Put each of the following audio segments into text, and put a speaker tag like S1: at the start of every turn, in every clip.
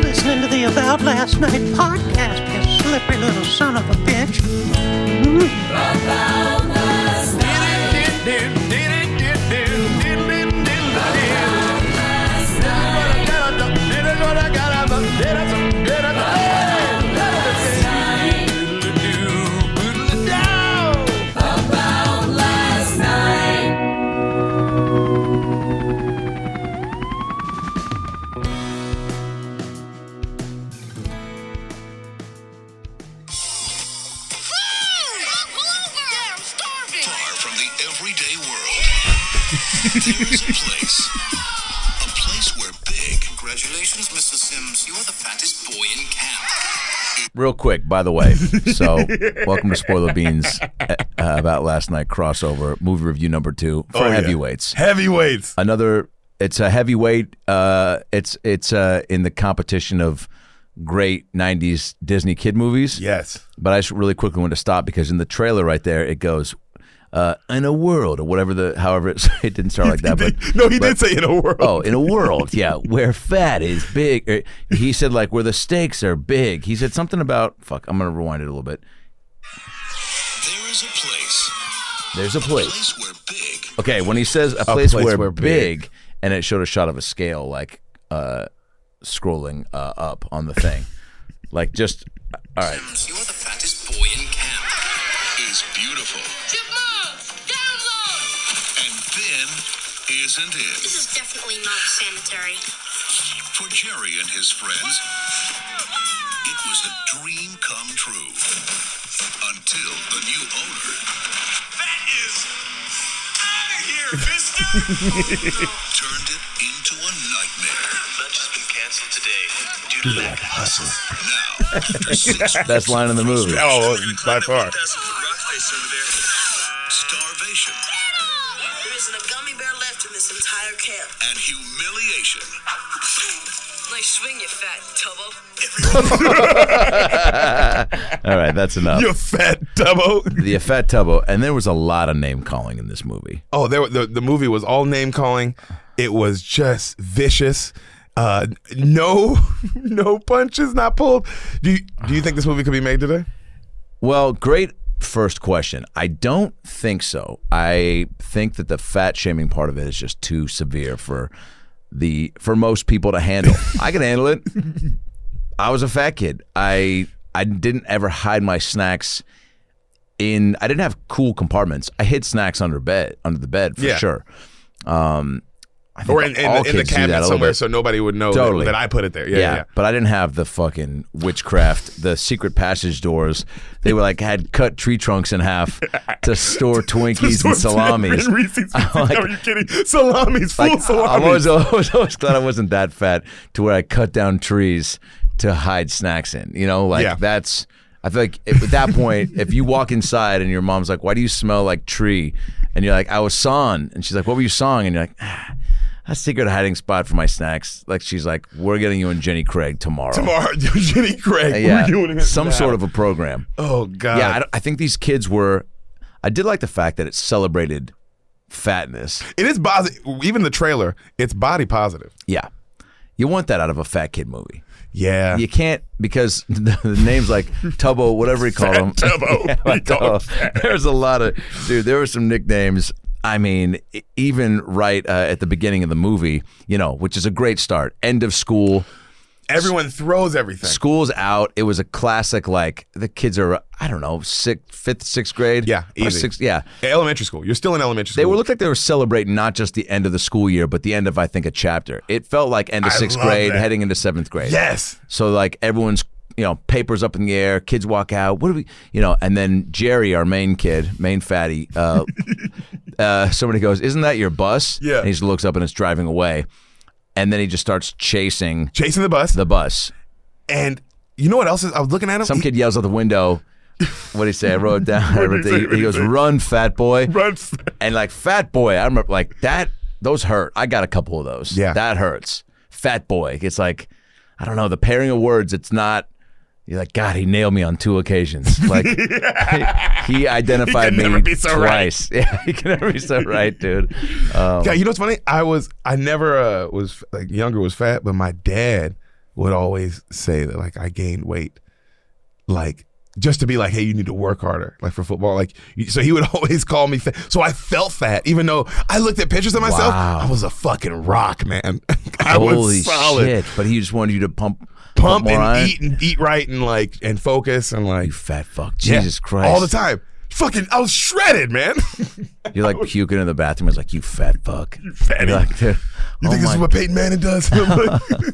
S1: listening to the About Last Night podcast, you slippery little son of a bitch.
S2: Yeah, I'm starving. Far from the everyday world, there is a place. A place where big. Congratulations, Mr. Sims. You're the fattest boy in camp.
S3: Real quick, by the way. So, welcome to Spoiler Beans uh, about last night crossover movie review number two for
S4: Oh, yeah.
S3: heavyweights.
S4: Heavyweights.
S3: Another, it's a heavyweight. Uh, it's it's uh, in the competition of great '90s Disney kid movies.
S4: Yes.
S3: But I just really quickly want to stop because in the trailer right there it goes, uh, "In a world" or whatever the however it, it didn't start like that. But
S4: No, he
S3: but-
S4: did say in a world.
S3: Oh, in a world, yeah, where fat is big. er, He said like where the stakes are big. He said something about fuck. I'm gonna rewind it a little bit.
S2: There is a place.
S3: There's a
S2: A
S3: place.
S2: place where big.
S3: Okay, when he says a place,
S4: place
S3: where,
S4: where
S3: big,
S4: big.
S3: and it showed a shot of a scale like uh, scrolling uh, up on the thing, like just uh, all right.
S2: Sims, you're the fattest boy in camp. Is beautiful.
S5: Chipmunks, download!
S2: And then, isn't it?
S5: This is definitely not sanitary.
S2: For Jerry and his friends, it was a dream come true. Until the new owner. That is out of here, mister! turned it into a nightmare. Lunch has been canceled today due to lack of hustle. Now, after six
S3: Best line in the movie.
S4: Oh, by far.
S2: starvation
S5: There isn't a gummy bear left in this entire camp.
S2: and humiliation,
S5: Nice swing, you fat tubbo.
S3: All right, that's enough.
S4: You fat Dubbo.
S3: The Fat Tubbo, and there was a lot of name calling in this movie.
S4: Oh, there, the, the movie was all name calling. It was just vicious. Uh, no, no punches not pulled. Do you, do you think this movie could be made today?
S3: Well, great first question. I don't think so. I think that the fat shaming part of it is just too severe for the for most people to handle. I can handle it. I was a fat kid. I I didn't ever hide my snacks in I didn't have cool compartments. I hid snacks under bed under the bed for
S4: Yeah.
S3: sure. Um I think
S4: Or in, in,
S3: all
S4: the- in the
S3: kids do that a
S4: cabinet
S3: little
S4: somewhere
S3: bit.
S4: so nobody would know that-
S3: Totally.
S4: that, I put it there. Yeah, yeah.
S3: But I didn't have the fucking witchcraft, the secret passage doors. They were like had cut tree trunks in half to store Twinkies and salamis.
S4: Reese's Pieces.
S3: like-
S4: Are you kidding? Salamis, full
S3: Like, I
S4: salamis.
S3: was always, always glad I wasn't that fat to where I cut down trees to hide snacks in. You know, like
S4: Yeah.
S3: that's. I feel like if, at that point, if you walk inside and your mom's like, "Why do you smell like tree?" and you're like, "I was sawing," and she's like, "What were you sawing?" and you're like. Ah, a secret hiding spot for my snacks. Like she's like, we're getting you and Jenny Craig tomorrow.
S4: Tomorrow, Jenny Craig.
S3: Uh, yeah,
S4: we're doing it
S3: some
S4: now.
S3: sort of a program.
S4: Oh God.
S3: yeah, I, don't- I think these kids were. I did like the fact that it celebrated fatness.
S4: It is positive. Even the trailer, it's body positive.
S3: Yeah, you want that out of a fat kid movie.
S4: Yeah.
S3: You can't because the, the names like Tubbo, whatever he called him.
S4: Tubbo.
S3: like
S4: He called
S3: Tubbo. There's a lot of dude. There were some nicknames. I mean, e- even right uh, at the beginning of the movie, you know, which is a great start. End of school.
S4: Everyone throws everything.
S3: School's out. It was a classic. Like the kids are, I don't know, sixth, fifth, sixth grade.
S4: Yeah,
S3: Or
S4: easy.
S3: sixth- yeah.
S4: Elementary school. You're still in elementary school.
S3: They were looked like they were celebrating not just the end of the school year, but the end of I think a chapter. It felt like end of
S4: I
S3: sixth
S4: love
S3: grade,
S4: that.
S3: heading into seventh grade.
S4: Yes.
S3: So like everyone's you know papers up in the air, kids walk out. What do we you know? And then Jerry, our main kid, main fatty, uh, uh, somebody goes, "Isn't that your bus?"
S4: Yeah.
S3: And he just looks up and it's driving away, and then he just starts chasing
S4: Chasing the bus.
S3: the bus.
S4: and You know what else is? I was looking at him.
S3: Some
S4: He-
S3: kid yells out the window. What did he say? I wrote it down. I wrote it-
S4: he say?
S3: he,
S4: What'd
S3: he
S4: he
S3: goes,
S4: say?
S3: "Run, fat boy."
S4: Run.
S3: And like fat boy, I remember like that. Those hurt. I got a couple of those.
S4: Yeah.
S3: that hurts. Fat boy. It's like I don't know the pairing of words. It's not. You're like God. He nailed me on two occasions. Like he, he identified
S4: He can
S3: me
S4: never be so right.
S3: twice. Yeah, he can never be so right, dude. Um,
S4: Yeah, you know what's funny? I was I never uh, was like younger was fat, but my dad would always say that like I gained weight, like just to be like, hey, you need to work harder, like for football. Like you- so, he would always call me fat. So I felt fat, even though I looked at pictures of myself.
S3: Wow.
S4: I was a fucking rock, man. I
S3: holy
S4: was solid,
S3: shit! But he just wanted you to pump,
S4: pump
S3: more
S4: and
S3: iron.
S4: eat and eat right and like and focus and like
S3: You fat fuck!
S4: yeah,
S3: Jesus Christ!
S4: all the time. Fucking, I was shredded, man.
S3: You're like puking in the bathroom. It's like you fat fuck. You
S4: fatty.
S3: like, dude,
S4: You
S3: oh
S4: think this
S3: my
S4: is what Peyton Manning does?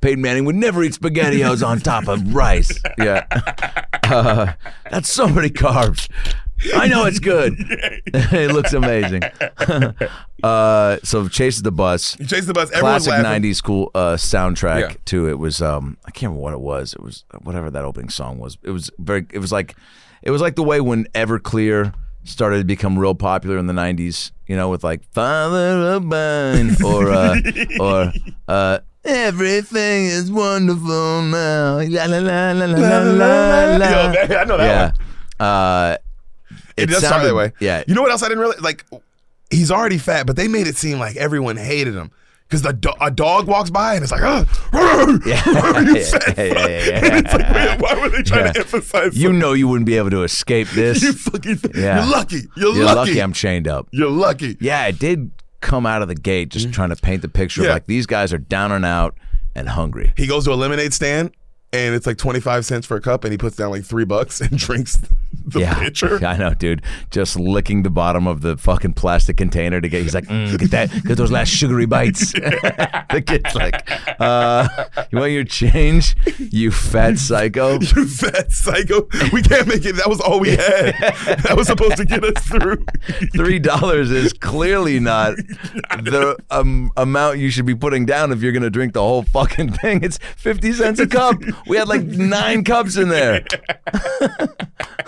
S3: Peyton Manning would never eat spaghettios on top of rice. Yeah. Uh, that's so many carbs. I know it's good. it looks amazing. uh, so chases the bus.
S4: you chase the bus. Everyone's
S3: Classic
S4: laughing.
S3: '90s cool uh, soundtrack
S4: Yeah.
S3: too. It was um, I can't remember what it was. It was whatever that opening song was. It was very. It was like, it was like the way when Everclear started to become real popular in the '90s. You know, with like "Father of Mine" or uh, or uh, "Everything is Wonderful Now." La la la la la la la. la.
S4: Yo, that- I know that
S3: yeah.
S4: one.
S3: Uh,
S4: It, does
S3: sounded,
S4: start that way.
S3: Yeah.
S4: You know what else I didn't realize? Like, he's already fat, but they made it seem like everyone hated him. Because do- a dog walks by and it's like, oh, you
S3: Yeah,
S4: fat
S3: yeah,
S4: fuck."
S3: yeah, yeah,
S4: And it's like, man, why were they trying to
S3: Yeah.
S4: emphasize
S3: you
S4: something?
S3: know you wouldn't be able to escape this.
S4: you fucking,
S3: Yeah.
S4: you're lucky. You're,
S3: You're
S4: lucky.
S3: I'm chained up.
S4: you're lucky.
S3: Yeah, it did come out of the gate just trying to paint the picture
S4: Mm. Yeah.
S3: of like these guys are down and out and hungry.
S4: He goes to a lemonade stand and it's like 25 cents for a cup and he puts down like three bucks and drinks the
S3: yeah,
S4: pitcher.
S3: I know, dude. Just licking the bottom of the fucking plastic container to get. He's like, mm, get that, get those last sugary bites. the kid's like, uh, you want your change, you fat psycho?
S4: You fat psycho. We can't make it. That was all we had. Oh, that was supposed to get us through.
S3: Three dollars is clearly not the um, amount you should be putting down if you're gonna drink the whole fucking thing. It's fifty cents a cup. We had like nine cups in there.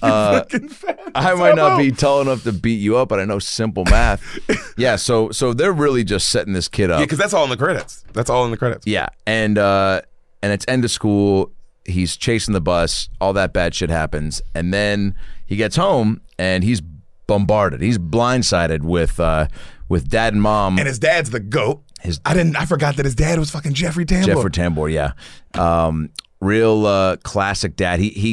S4: fucking fat.
S3: Uh, I might not be tall enough to beat you up, but I know simple math. yeah, so so they're really just setting this kid up.
S4: Yeah, because that's all in the credits. That's all in the credits.
S3: Yeah, and uh, and it's end of school. He's chasing the bus. All that bad shit happens, and then he gets home and he's bombarded. He's blindsided with uh, with dad and mom.
S4: And his dad's the goat.
S3: His-
S4: I didn't. I forgot that his dad was fucking Jeffrey Tambor.
S3: Jeffrey Tambor, yeah, um, real uh, classic dad. He he,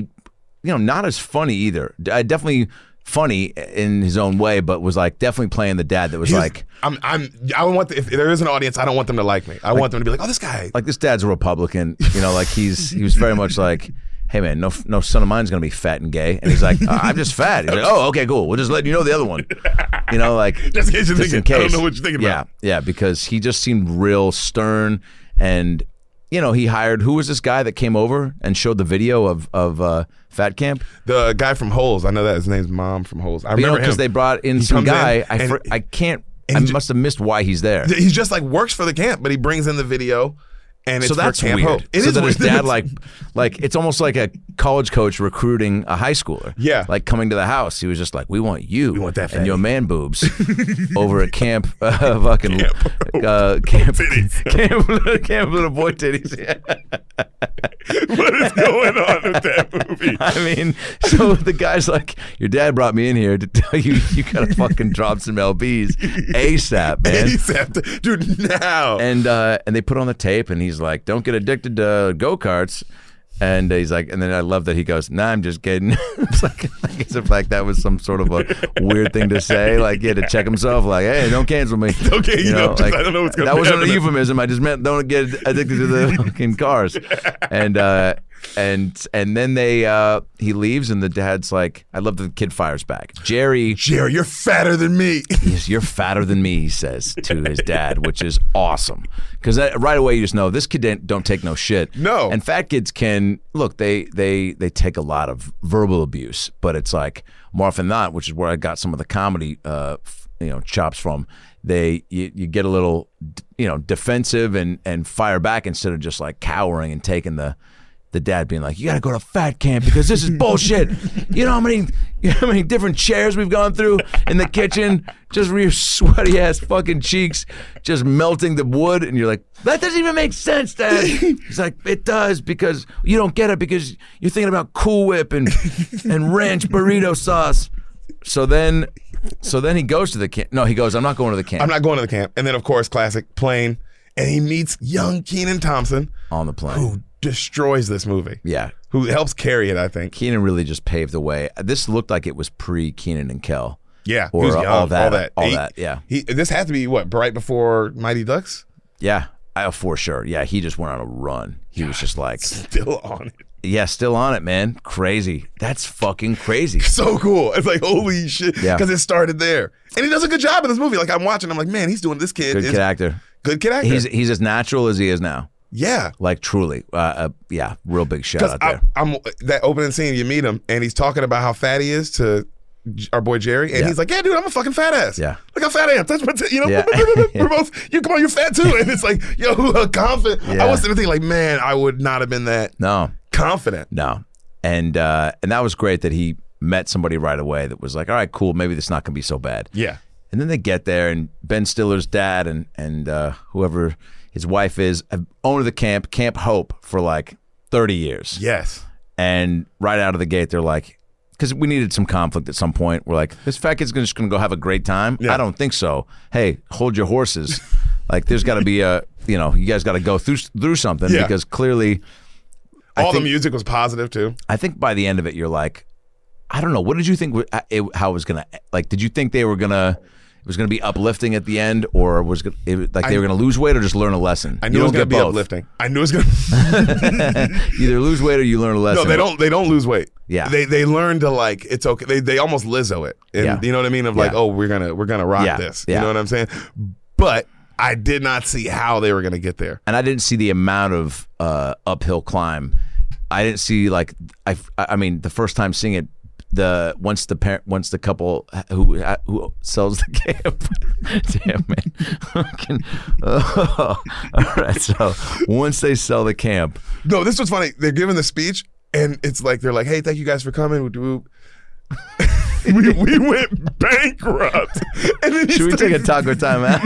S3: you know, not as funny either. D- uh, definitely funny in his own way, but was like definitely playing the dad that was
S4: He's-
S3: like.
S4: I'm. I'm. I want. The, if there is an audience, I don't want them to like me. I want them to be like, oh, this guy.
S3: like this dad's a Republican, you know, like he's he was very much like, hey man, no no son of mine's gonna be fat and gay, and he's like, "Uh, I'm just fat. He's like, oh okay, cool. We'll just let you know the other one, you know, like
S4: Just in case you're thinking- I don't know what you're thinking
S3: yeah,
S4: about.
S3: Yeah, because he just seemed real stern, and you know, he hired who was this guy that came over and showed the video of of uh, Fat Camp?
S4: the guy from Holes. I know that his name's mom from Holes. I
S3: You know,
S4: remember
S3: because
S4: him.
S3: they brought in
S4: He
S3: some
S4: comes
S3: guy.
S4: in
S3: I
S4: and-
S3: fr- I can't.
S4: and
S3: I
S4: he ju-
S3: must have missed why he's there.
S4: He just like works for the camp, but he brings in the video, and it's
S3: so that's
S4: for Camp
S3: weird.
S4: Hope. It
S3: so
S4: is
S3: that his
S4: weird.
S3: dad like, like it's almost like a college coach recruiting a high schooler.
S4: Yeah.
S3: like coming to the house, he was just like, "We want you, we
S4: want that
S3: and your
S4: fatty."
S3: man boobs over at camp, uh, fucking uh, camp,
S4: Titties.
S3: camp, little, camp, little boy titties." Yeah.
S4: what is going on with that movie?
S3: I mean, so the guy's like, "Your dad brought me in here to tell you you gotta fucking drop some lbs asap, man."
S4: ASAP, dude. Now
S3: and uh, and they put on the tape, and he's like, "Don't get addicted to go karts." And he's like, and then I love that he goes, "Nah, I'm just kidding." it's like, like as if like that was some sort of a weird thing to say. Like, yeah, to check himself. Like, hey, don't cancel me.
S4: Okay, you know, just- I don't know what's gonna
S3: That wasn't a
S4: happen.
S3: euphemism. I just meant don't get addicted to the fucking cars. And uh, and and then they uh, he leaves, and the dad's like, "I love that the kid fires back." Jerry
S4: Jerry, you're fatter than me.
S3: Yes, you're fatter than me, he says to his dad, which is awesome. Because right away you just know this kid don't, don't take no shit.
S4: No.
S3: and fat kids can look they they they take a lot of verbal abuse, but it's like more often than not, which is where I got some of the comedy, uh, f- you know, chops from. they you, you get a little you know defensive and and fire back instead of just like cowering and taking the the dad being like, "You got to go to fat camp because this is bullshit." you know how many you know how many different chairs we've gone through in the kitchen, just from your sweaty ass fucking cheeks, just melting the wood, and you're like, "That doesn't even make sense, Dad." He's like, "It does because you don't get it because you're thinking about Cool Whip and and ranch burrito sauce." So then, so then he goes to the camp. No, he goes. I'm not going to the camp.
S4: I'm not going to the camp. And then, of course, classic plane. And he meets young Keenan Thompson,
S3: on the plane.
S4: who destroys this movie.
S3: Yeah,
S4: Who helps carry it, I think.
S3: Keenan really just paved the way. This looked like it was pre Keenan and Kel.
S4: Yeah. he
S3: or
S4: was
S3: uh,
S4: young,
S3: all that, all
S4: He-
S3: that. Yeah,
S4: He, this had to be, what, right before Mighty Ducks?
S3: yeah, I, oh, for sure. Yeah, he just went on a run. He was just like,
S4: Still on it.
S3: yeah, still on it, man. Crazy. That's fucking crazy.
S4: so cool. It's like holy shit
S3: Yeah.
S4: because it started there, and he does a good job in this movie. Like I'm watching, I'm like, man, he's doing this kid.
S3: Good
S4: is,
S3: kid actor.
S4: Good kid actor.
S3: He's he's as natural as he is now.
S4: yeah.
S3: Like truly, uh, uh, yeah, real big shout
S4: Because
S3: out there.
S4: I'm that opening scene, you meet him, and he's talking about how fat he is to J- our boy Jerry, and
S3: Yeah.
S4: he's like, "Yeah, dude, I'm a fucking fat ass.
S3: Yeah.
S4: look how fat I am. Touch my, t-, you know,
S3: Yeah.
S4: we're both. You come on, you're fat too." And it's like, yo, confident.
S3: Yeah.
S4: I was sitting there thinking, like, man, I would not have been that
S3: no,
S4: confident.
S3: no, and uh, and that was great that he met somebody right away that was like, all right, cool, maybe this not gonna be so bad.
S4: Yeah,
S3: And then they get there, and Ben Stiller's dad and and uh, whoever his wife is have owned the camp, Camp Hope, for like thirty years.
S4: yes,
S3: And right out of the gate, they're like, because we needed some conflict at some point. We're like, this fat kid's gonna- just going to go have a great time.
S4: Yeah.
S3: I don't think so. Hey, hold your horses. like, there's got to be a, you know, you guys got to go through through something
S4: Yeah.
S3: because clearly,
S4: all
S3: think-
S4: the music was positive too.
S3: I think by the end of it, you're like, I don't know. What did you think? w- I- It, how it was gonna like? Did you think they were gonna? It was gonna be uplifting at the end, or was gonna, it, like they
S4: I-
S3: were gonna lose weight or just learn a lesson?
S4: I knew
S3: You
S4: it was
S3: don't
S4: gonna
S3: get
S4: be
S3: both.
S4: uplifting. I knew it was gonna.
S3: Either lose weight or you learn a lesson.
S4: No, they don't. They don't lose weight.
S3: Yeah.
S4: they they learn to like it's okay. They they almost Lizzo it. And
S3: Yeah.
S4: you know what I mean? Of like,
S3: Yeah.
S4: oh, we're gonna we're gonna rock
S3: Yeah.
S4: this.
S3: Yeah.
S4: You know what I'm saying? But I did not see how they were gonna get there.
S3: and I didn't see the amount of uh, uphill climb. I didn't see like I, I mean the first time seeing it the once the parent once the couple who who sells the camp damn man Fucking- oh. all right so once they sell the camp
S4: No, this was funny. They're giving the speech, and it's like they're like, hey, thank you guys for coming. Whoop, whoop. we, we went bankrupt. And then he
S3: should we
S4: started-
S3: take a taco time out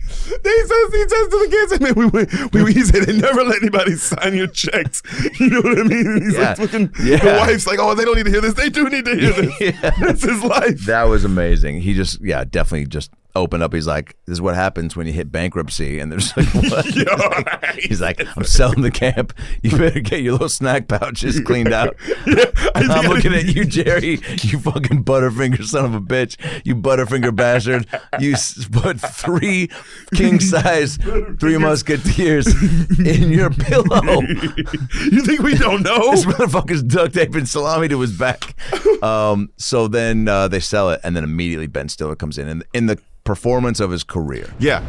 S4: He says, he says to the kids, and then we, went- we, we he said, and never let anybody sign your checks. You know what I mean? And he's
S3: Yeah.
S4: like, fucking, the
S3: Yeah.
S4: wife's like, oh, they don't need to hear this. They do need to hear this.
S3: Yeah.
S4: This is life.
S3: that was amazing he just yeah definitely just opened up he's like this is what happens when you hit bankruptcy and there's like what
S4: Yo,
S3: He's like, I'm selling the camp. You better get your little snack pouches cleaned out. I'm looking at you, Jerry. You fucking butterfinger son of a bitch. You butterfinger bastard. You s- put three king size, three musketeers in your pillow.
S4: you think we don't know?
S3: This motherfucker's duct taping salami to his back. Um, so then uh, they sell it, and then immediately Ben Stiller comes in, and in the performance of his career.
S4: yeah.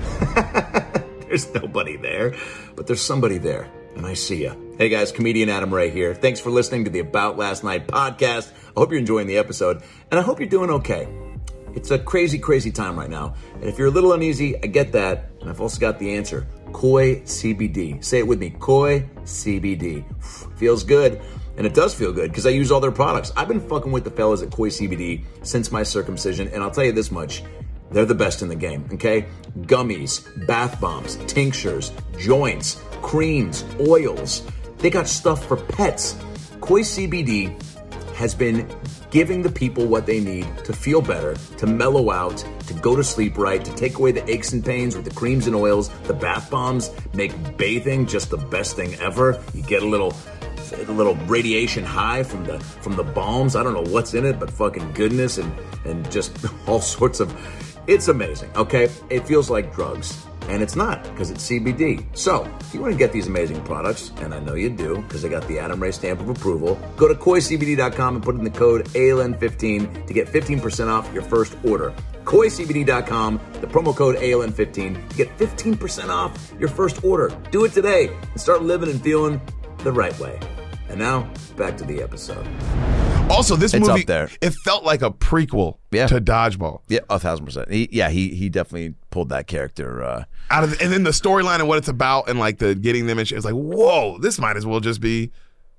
S6: There's nobody there, but there's somebody there, and I see ya. Hey guys, comedian Adam Ray here. Thanks for listening to the About Last Night podcast. I hope you're enjoying the episode, and I hope you're doing okay. It's a crazy, crazy time right now, and if you're a little uneasy, I get that, and I've also got the answer. Koi CBD. Say it with me. Koi CBD. Feels good. And it does feel good because I use all their products. I've been fucking with the fellas at Koi CBD since my circumcision, and I'll tell you this much they're the best in the game, okay? Gummies, bath bombs, tinctures, joints, creams, oils. They got stuff for pets. Koi CBD has been giving the people what they need to feel better, to mellow out, to go to sleep right, to take away the aches and pains with the creams and oils, the bath bombs, make bathing just the best thing ever. You get a little a little radiation high from the from the balms. I don't know what's in it, but fucking goodness and and just all sorts of it's amazing. Okay? It feels like drugs. And it's not because it's CBD. So, if you want to get these amazing products, and I know you do because they got the Adam Ray stamp of approval, go to koicbd.com and put in the code ALN15 to get 15% off your first order. koicbd.com, the promo code ALN15 to get 15% off your first order. Do it today and start living and feeling the right way. And now, back to the episode.
S4: Also, this
S3: It's up
S4: movie
S3: there.
S4: it felt like a prequel
S3: Yeah.
S4: to Dodgeball.
S3: Yeah, a thousand percent. He, yeah, he he definitely pulled that character. Uh,
S4: Out of the, and then the storyline and what it's about and like the getting them and shit. It's like whoa, this might as well just be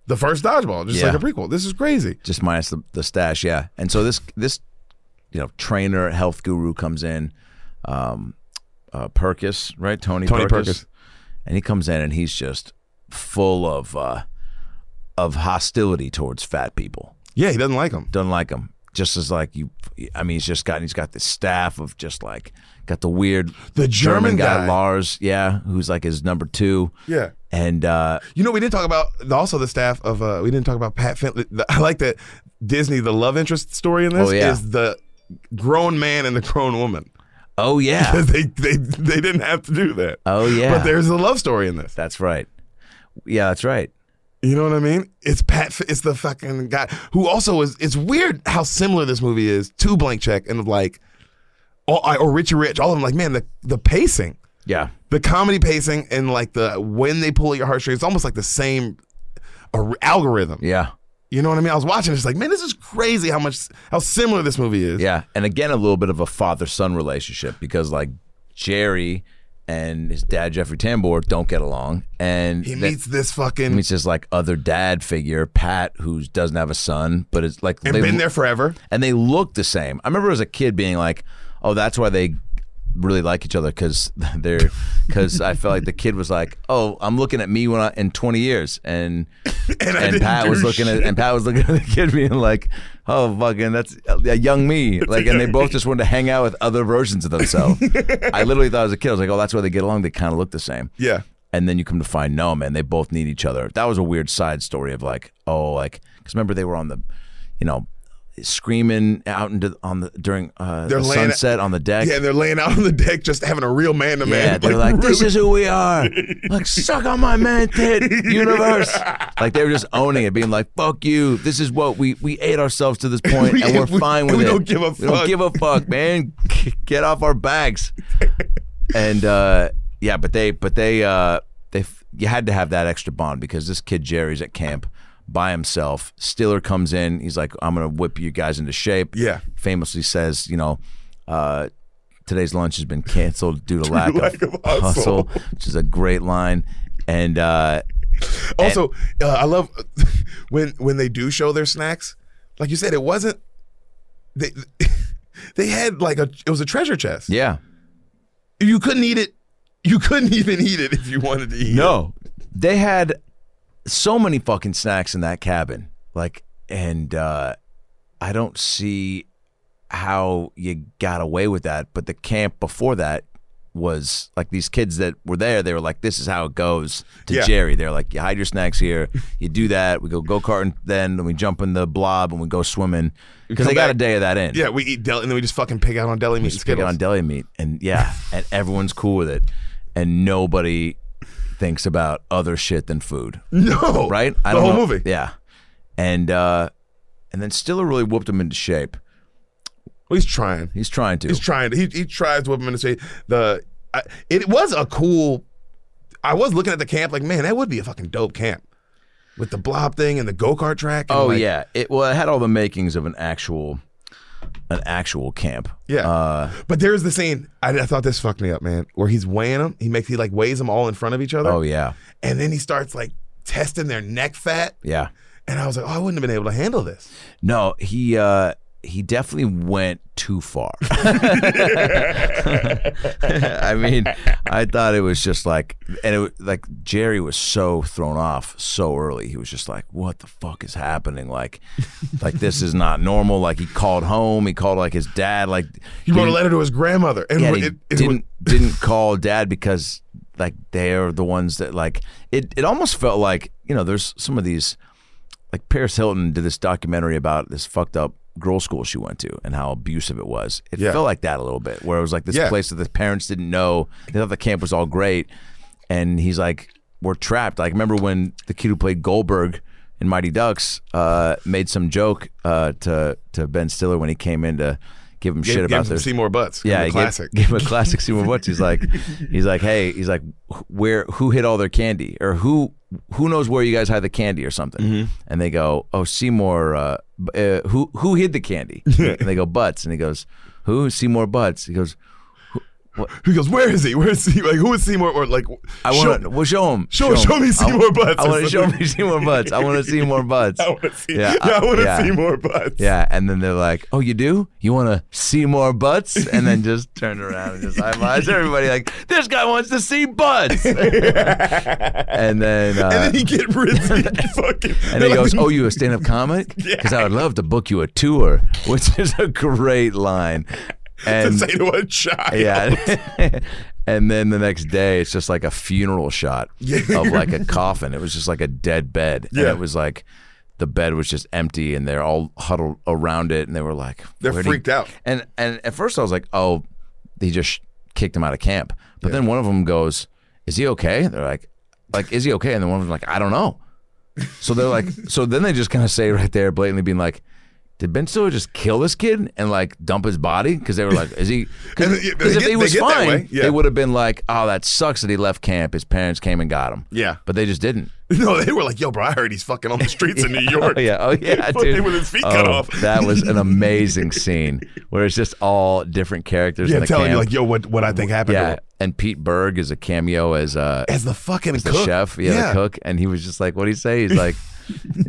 S4: the first Dodgeball, just
S3: Yeah.
S4: like a prequel. This is crazy.
S3: just minus the, the stash. Yeah, and so this this you know trainer health guru comes in, um, uh, Perkis, right? Tony,
S4: Tony Perkis.
S3: and he comes in and he's just full of uh, of hostility towards fat people.
S4: Yeah, he doesn't like him.
S3: Doesn't like them. Just as like you, I mean, he's just got he's got this staff of just like got the weird
S4: The German guy.
S3: Lars, yeah, who's like his number two,
S4: Yeah.
S3: and uh,
S4: You know, we didn't talk about the, also the staff of uh we didn't talk about Pat Finley. The, I like that Disney the love interest story in this
S3: Oh, yeah.
S4: is the grown man and the grown woman.
S3: oh yeah,
S4: Because they, they they didn't have to do that.
S3: Oh, yeah.
S4: But there's a love story in this.
S3: That's right. Yeah, that's right.
S4: You know what I mean? It's Pat. F- It's the fucking guy who also is. It's weird how similar this movie is to Blank Check and like, all, I- or Richie Rich. All of them. Like, man, the the pacing,
S3: Yeah.
S4: the comedy pacing, and like the when they pull at your heartstrings. It's almost like the same ar- algorithm.
S3: Yeah.
S4: You know what I mean? I was watching. It's like, man, this is crazy. How much how similar this movie is.
S3: Yeah. And again, a little bit of a father son relationship because, like, Jerry and his dad, Jeffrey Tambor, don't get along. And
S4: He
S3: that-
S4: meets this fucking
S3: he meets his, like, other dad figure, Pat, who doesn't have a son, but it's like.
S4: and
S3: they-
S4: been there forever.
S3: and they look the same. I remember as a kid being like, "Oh, that's why they really like each other because they're because I felt like the kid was like, "Oh, I'm looking at me when I in 20 years," and and,
S4: I didn't
S3: Pat
S4: do
S3: was looking at
S4: shit.
S3: and Pat was looking at the kid being like, "Oh, fucking, that's a young me." Like, and they both just wanted to hang out with other versions of themselves. I literally thought as a kid, I was like, "Oh, that's why they get along. They kind of look the same."
S4: Yeah.
S3: And then you come to find, no, man, they both need each other. That was a weird side story of like, oh, like, because remember they were on the, you know, screaming out into on the during uh,
S4: They're
S3: the
S4: laying-
S3: sunset on the deck.
S4: Yeah, and they're laying out on the deck, just having a real man to man.
S3: Yeah, they're like, this is who we are. Like, suck on my man tit, universe. Like, they were just owning it, being like, fuck you. This is what we, we ate ourselves to this point,
S4: We-
S3: and we're
S4: we-
S3: fine with
S4: we
S3: it.
S4: don't give a
S3: We don't
S4: fuck."
S3: give a fuck, man. Get off our backs. And, uh, yeah, but they, but they, uh, they, f- you had to have that extra bond because this kid Jerry's at camp by himself. Stiller comes in. He's like, I'm going to whip you guys into shape.
S4: Yeah.
S3: Famously says, you know, uh, today's lunch has been canceled due to lack,
S4: lack
S3: of,
S4: of hustle.
S3: hustle, which is a great line. And uh,
S4: Also, uh, I love when when they do show their snacks. Like you said, it wasn't they they had like a it was a treasure chest.
S3: yeah,
S4: You couldn't eat it. You couldn't even eat it if you wanted to eat. it.
S3: no, they had so many fucking snacks in that cabin. Like, and uh, I don't see how you got away with that. But the camp before that was like these kids that were there. They were like, "This is how it goes." To
S4: Yeah.
S3: Jerry, they're like, "You hide your snacks here. You do that. We go go karting, then and we jump in the blob and we go swimming because they
S4: come
S3: got a
S4: back-
S3: day of that in."
S4: Yeah, we eat deli and then we just fucking pig out on deli meat and
S3: just pick it
S4: Skittles.
S3: on deli meat and yeah and everyone's cool with it and nobody thinks about other shit than food
S4: no,
S3: right
S4: The whole movie.
S3: yeah and uh and then Stiller really whooped him into shape
S4: Well, he's trying.
S3: he's trying to
S4: He's trying. He he tries to whip him in the shape. The I, it was a cool. I was looking at the camp like, man, that would be a fucking dope camp, with the blob thing and the go kart track. and,
S3: oh
S4: like,
S3: yeah it well it had all the makings of an actual an actual camp
S4: Yeah.
S3: uh
S4: But there's the scene. I, I thought this fucked me up, man. Where he's weighing them. He makes he like weighs them all in front of each other.
S3: oh yeah
S4: And then he starts like testing their neck fat.
S3: yeah
S4: And I was like, oh, I wouldn't have been able to handle this.
S3: no he uh he definitely went too far. I mean, I thought it was just like, and it was like Jerry was so thrown off so early. He was just like, "What the fuck is happening? Like, like this is not normal." Like he called home. He called like his dad. Like
S4: He wrote a letter to his grandmother, and
S3: Yeah,
S4: it,
S3: he
S4: it, it
S3: didn't didn't call dad because like they're the ones that like it. It almost felt like you know, there's some of these like Paris Hilton did this documentary about this fucked up girl school she went to and how abusive it was. It
S4: Yeah.
S3: felt like that a little bit, where it was like this
S4: Yeah.
S3: place that the parents didn't know. They thought the camp was all great, and he's like, "We're trapped." Like remember when the kid who played Goldberg in Mighty Ducks uh, made some joke uh, to to Ben Stiller when he came in to give him
S4: gave,
S3: shit
S4: gave
S3: about
S4: him
S3: this.
S4: Seymour Butts.
S3: Yeah, he
S4: Yeah,
S3: gave-
S4: classic.
S3: Gave, him a classic Seymour Butts. He's like, he's like, hey, he's like, wh- where, who hit all their candy, or who who knows where you guys hide the candy or something.
S4: Mm-hmm.
S3: And they go, oh, Seymour, uh, b- uh, who who hid the candy? and they go, Butts. And he goes, who? Seymour Butts. He goes,
S4: He goes, where is he? Where is he? Like, who is Seymour? Or like,
S3: I want to. Well, show him.
S4: show- show me Seymour Butts
S3: I
S4: or
S3: want to show
S4: something.
S3: me Seymour Butts. I want to see more Butts.
S4: I want to see.
S3: Yeah,
S4: Yeah, I want to
S3: yeah.
S4: see more butts.
S3: Yeah, and then they're like, "Oh, you do? You want to see more butts?" And then just turned around and just high fives everybody. Like, this guy wants to see butts. and then, uh,
S4: And then he get rizzy fucking.
S3: and he goes, "Oh, you a stand-up comic? Because I would love to book you a tour," which is a great line.
S4: to
S3: And
S4: say to a child.
S3: yeah. and then the next day, it's just like a funeral shot of like a coffin. It was just like a dead bed. And
S4: Yeah.
S3: it was like the bed was just empty and they're all huddled around it and they were like,
S4: They're
S3: "Where'd he-"
S4: freaked out.
S3: And, and at first I was like, oh, he just kicked him out of camp. But then one of them goes, is he okay? They're like, like, is he okay? And then one of them's like, I don't know. So they're like, so then they just kind of say right there, blatantly being like, did Ben Stiller just kill this kid and like dump his body? Because they were like, is he?
S4: And
S3: Because
S4: they-
S3: if
S4: they get-
S3: he
S4: they
S3: was
S4: get that way,
S3: fine,
S4: yeah.
S3: they would have been like, oh, that sucks that he left camp. His parents came and got him.
S4: Yeah.
S3: But they just didn't.
S4: No, they were like, yo, bro, I heard he's fucking on the streets in New York.
S3: Oh, yeah. Oh, yeah,
S4: Fucking
S3: dude.
S4: with his feet cut
S3: Oh,
S4: off.
S3: that was an amazing scene where it's just all different characters in
S4: Yeah,
S3: the
S4: telling
S3: camp.
S4: you like, yo, what what I think happened. to
S3: yeah.
S4: him.
S3: And Pete Berg is a cameo as uh,
S4: as the fucking
S3: the
S4: cook.
S3: chef, yeah, the cook. And he was just like, what'd he say? He's like,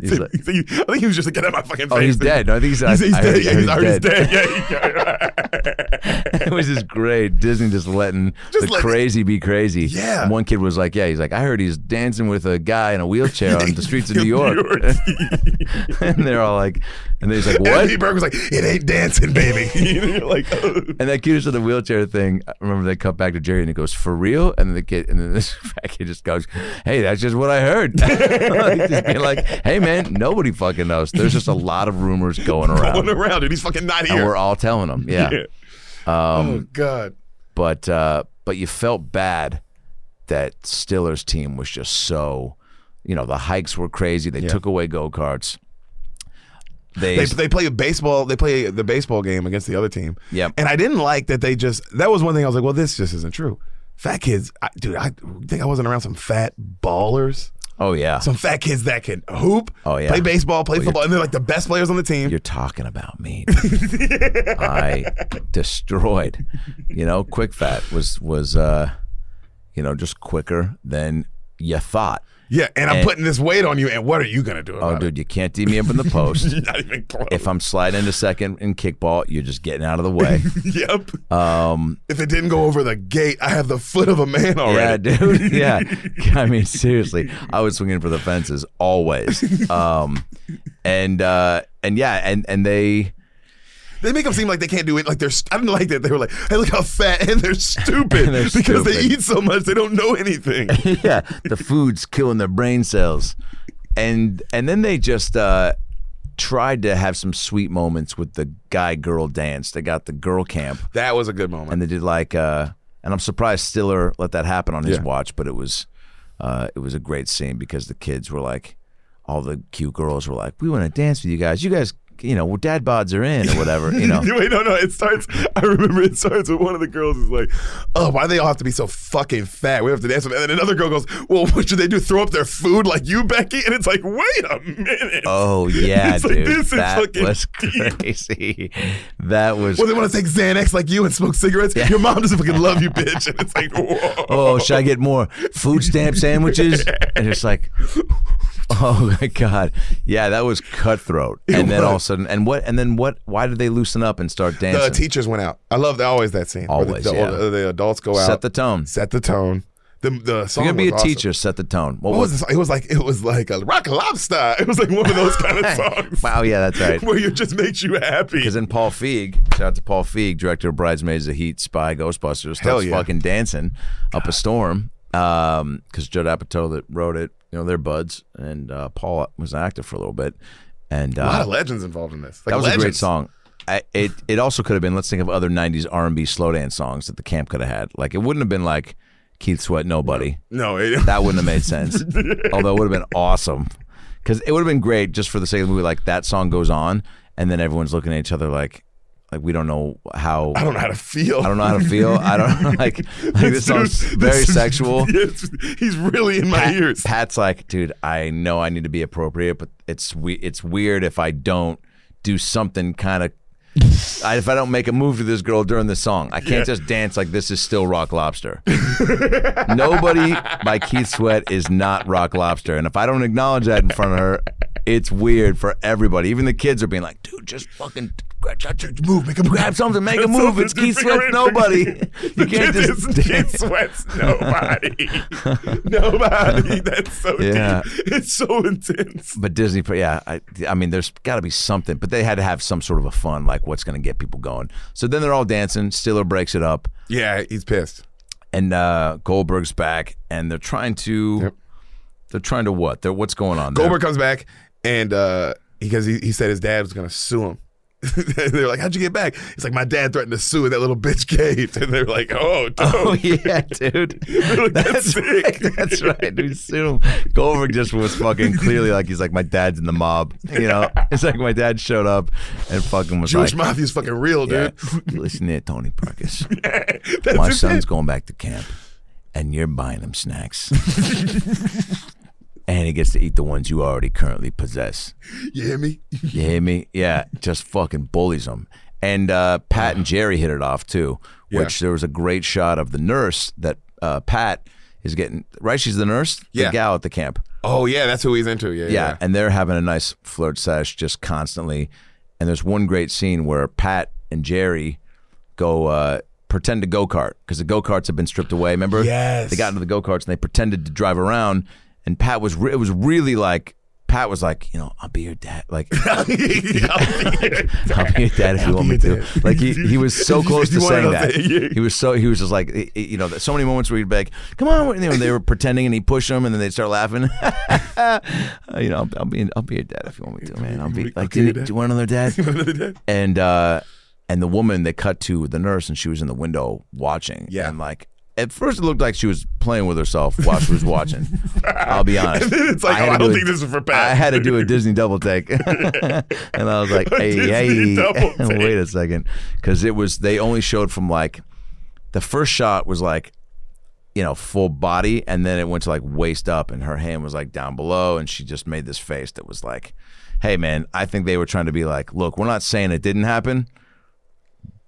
S3: he's like,
S4: I think he was just like, get out of my fucking face.
S3: oh, he's dead. No, I think he's,
S4: He's,
S3: I-
S4: he's
S3: I heard- I
S4: dead. Yeah,
S3: heard
S4: he's, I heard he's
S3: dead.
S4: dead. Yeah, yeah, yeah.
S3: it was just great. Disney just letting
S4: Just
S3: the
S4: letting-
S3: crazy be crazy.
S4: Yeah.
S3: One kid was like, "Yeah." He's like, "I heard he's dancing with a guy in a wheelchair on the streets of New York," and they're all like, and he's like,
S4: And
S3: "What?"
S4: Pete Berg was like, it ain't dancing, baby. You're like, oh.
S3: And that kid is in the wheelchair thing. I remember they cut back to Jerry and he goes, "For real?" And then the kid, and then this fat kid just goes, "Hey, that's just what I heard." just being like, "Hey, man, nobody fucking knows. There's just a lot of rumors going
S4: going
S3: around,
S4: around, dude. He's fucking not
S3: and
S4: here.
S3: we're all telling them." Yeah. Um,
S4: oh God.
S3: but uh, but you felt bad that Stiller's team was just so, you know, the hikes were crazy. They took away go karts. They,
S4: They, they play baseball. They play the baseball game against the other team.
S3: Yep.
S4: And I didn't like that they just. That was one thing I was like, well, this just isn't true. Fat kids, I, dude. I think I wasn't around some fat ballers.
S3: oh yeah,
S4: Some fat kids that can hoop.
S3: Oh, yeah.
S4: Play baseball, play
S3: Well, you're-
S4: football, and they're like the best players on the team.
S3: you're talking about me. I destroyed. You know, quick fat was was uh, you know just quicker than you thought.
S4: yeah. And I'm
S3: and-
S4: putting this weight on you. And what are you gonna do
S3: Oh,
S4: about
S3: dude, you can't tee me up in the post.
S4: it? Not even close.
S3: If I'm sliding into second in kickball, you're just getting out of the way.
S4: yep. Um. If it didn't go over the gate, I have the foot of a man
S3: Yeah,
S4: already.
S3: dude. Yeah. I mean, seriously, I was swinging for the fences always. Um, and uh, and yeah, and and they
S4: They make them seem like they can't do it. Like they're. St- I didn't like that. They were like, "Hey, look how fat and they're stupid
S3: And they're
S4: because they
S3: stupid.
S4: eat so much they don't know anything."
S3: yeah, the food's killing their brain cells, and and then they just uh, tried to have some sweet moments with the guy girl dance. They got the girl camp,
S4: that was a good moment.
S3: and they did like, uh, and I'm surprised Stiller let that happen on his
S4: Yeah.
S3: watch, but it was uh, it was a great scene because the kids were like, all the cute girls were like, we want to dance with you guys. You guys, you know, well, dad bods are in or whatever, you know.
S4: Wait, no, no. It starts. I remember it starts with one of the girls is like, "Oh, why they all have to be so fucking fat? We have to dance." With them. And then another girl goes, "Well, what should they do? Throw up their food like you, Becky?" And it's like, "Wait a minute."
S3: Oh yeah,
S4: It's like,
S3: dude,
S4: this is
S3: that
S4: fucking
S3: was
S4: deep.
S3: crazy. that was
S4: Well, they want to take Xanax like you and smoke cigarettes. Your mom doesn't fucking love you, bitch. And it's like, whoa.
S3: oh, should I get more food stamp sandwiches? And it's like, oh my god, yeah, that was cutthroat. And then all of a sudden, and what? And then what? Why did they loosen up and start
S4: The
S3: dancing?
S4: teachers went out. I love that, always that scene. where
S3: Always,
S4: the, the,
S3: yeah.
S4: the- the adults go out.
S3: Set the tone. If
S4: set the tone. The the song
S3: you're gonna be a
S4: was awesome.
S3: teacher. Set the tone. What,
S4: What
S3: was?
S4: was this? It was like it was like a rock lobster. It was like one of those kind of songs.
S3: Wow, yeah, that's right.
S4: Where it just makes you happy.
S3: Because then Paul Feig, shout out to Paul Feig, director of Bridesmaids, The Heat, Spy, Ghostbusters,
S4: Hell
S3: starts
S4: yeah.
S3: fucking dancing up a storm. Because Judd Apatow that wrote it, you know, they're buds, and uh, Paul was an actor for a little bit, and uh,
S4: A lot of legends involved in this. Like
S3: that was a great
S4: legends.
S3: song. I, it it also could have been. Let's think of other '90s R&B slow dance songs that the camp could have had. Like it wouldn't have been like Keith Sweat, Nobody.
S4: No, it,
S3: That wouldn't have made sense. Although it would have been awesome because it would have been great just for the sake of the movie. Like that song goes on, and then everyone's looking at each other like, Like we don't know how.
S4: I don't know how to feel.
S3: I don't know how to feel. I don't like. Like this sounds
S4: dude-
S3: very
S4: this is-
S3: sexual.
S4: Yes, he's really in my
S3: Pat-
S4: ears.
S3: Pat's like, dude, I know I need to be appropriate, but it's we- it's weird if I don't do something kind of. I, if I don't make a move to this girl during the song, I can't just dance like this is still Rock Lobster. Nobody by Keith Sweat is not Rock Lobster, and if I don't acknowledge that in front of her, it's weird for everybody. Even the kids are being like, "Dude, just fucking grab, just move, make a grab something, make a move." It's
S4: Something,
S3: Keith
S4: figure
S3: Sweat.
S4: it,
S3: Nobody.
S4: figure it.
S3: You can't
S4: It
S3: just
S4: is- it
S3: dance.
S4: sweats nobody. nobody. That's so
S3: Yeah.
S4: deep. It's so intense.
S3: But Disney, yeah, I, I mean, there's got to be something. But they had to have some sort of a fun, like what's going to get people going. So then they're all dancing. Stiller breaks it up,
S4: Yeah, he's pissed.
S3: and uh, Goldberg's back, and they're trying to,
S4: Yep.
S3: they're trying to what? They're what's going on? there?
S4: Goldberg comes back and uh because he, he said his dad was gonna sue him. they were like, "How'd you get back?" He's like, "My dad threatened to sue that little bitch caved," and they're like, "Oh, dude.
S3: Oh yeah, dude.
S4: Like,
S3: That's
S4: that's
S3: right.
S4: sick.
S3: That's right. Dude, soon Goldberg just was fucking clearly like he's like my dad's in the mob. You know, it's like my dad showed up and fucking was
S4: Jewish
S3: like,
S4: mafia's fucking real,
S3: Yeah.
S4: dude."
S3: Listen here, Tony Perkins.
S4: That's
S3: My
S4: his
S3: son's
S4: dad.
S3: going back to camp, and you're buying him snacks. and he gets to eat the ones you already currently possess.
S4: You hear me?
S3: You hear me? Yeah, just fucking bullies him. And uh, Pat and Jerry hit it off too, which there was a great shot of the nurse that uh, Pat is getting. Right, she's the nurse,
S4: Yeah.
S3: the gal at the camp.
S4: Oh yeah, that's who he's into. Yeah,
S3: Yeah, and they're having a nice flirt sesh just constantly. And there's one great scene where Pat and Jerry go uh, pretend to go kart because the go karts have been stripped away. Remember?
S4: Yes.
S3: They got into the go karts and they pretended to drive around. And Pat was re- it was really like Pat was like, you know, I'll be your dad. Like I'll be your dad if you want me
S4: your
S3: to.
S4: dad.
S3: Like he, he was so
S4: If you-
S3: close
S4: if you
S3: to
S4: wanted
S3: saying that.
S4: us to- yeah.
S3: He was so he was just like you know, so many moments where he'd be like, "Come on," and they were- they were pretending, and he pushed them, and then they'd start laughing. you know, I'll, I'll be I'll be your dad if you want me to, man. I'll be like, do, you- do you want another dad? and uh, and the woman they cut to the nurse, and she was in the window watching.
S4: Yeah.
S3: and like. At first, it looked like she was playing with herself while she was watching. I'll be honest.
S4: And then it's like,
S3: had
S4: oh,
S3: to
S4: I don't
S3: do a-
S4: think this is for Pat.
S3: I had to do a Disney double take, and I was like,
S4: A
S3: "Hey,
S4: Disney
S3: hey,
S4: double take.
S3: wait a second. because it was they only showed from like the first shot was like you know, full body, and then it went to like waist up, and her hand was like down below, and she just made this face that was like, "Hey, man, I think they were trying to be like, look, we're not saying it didn't happen,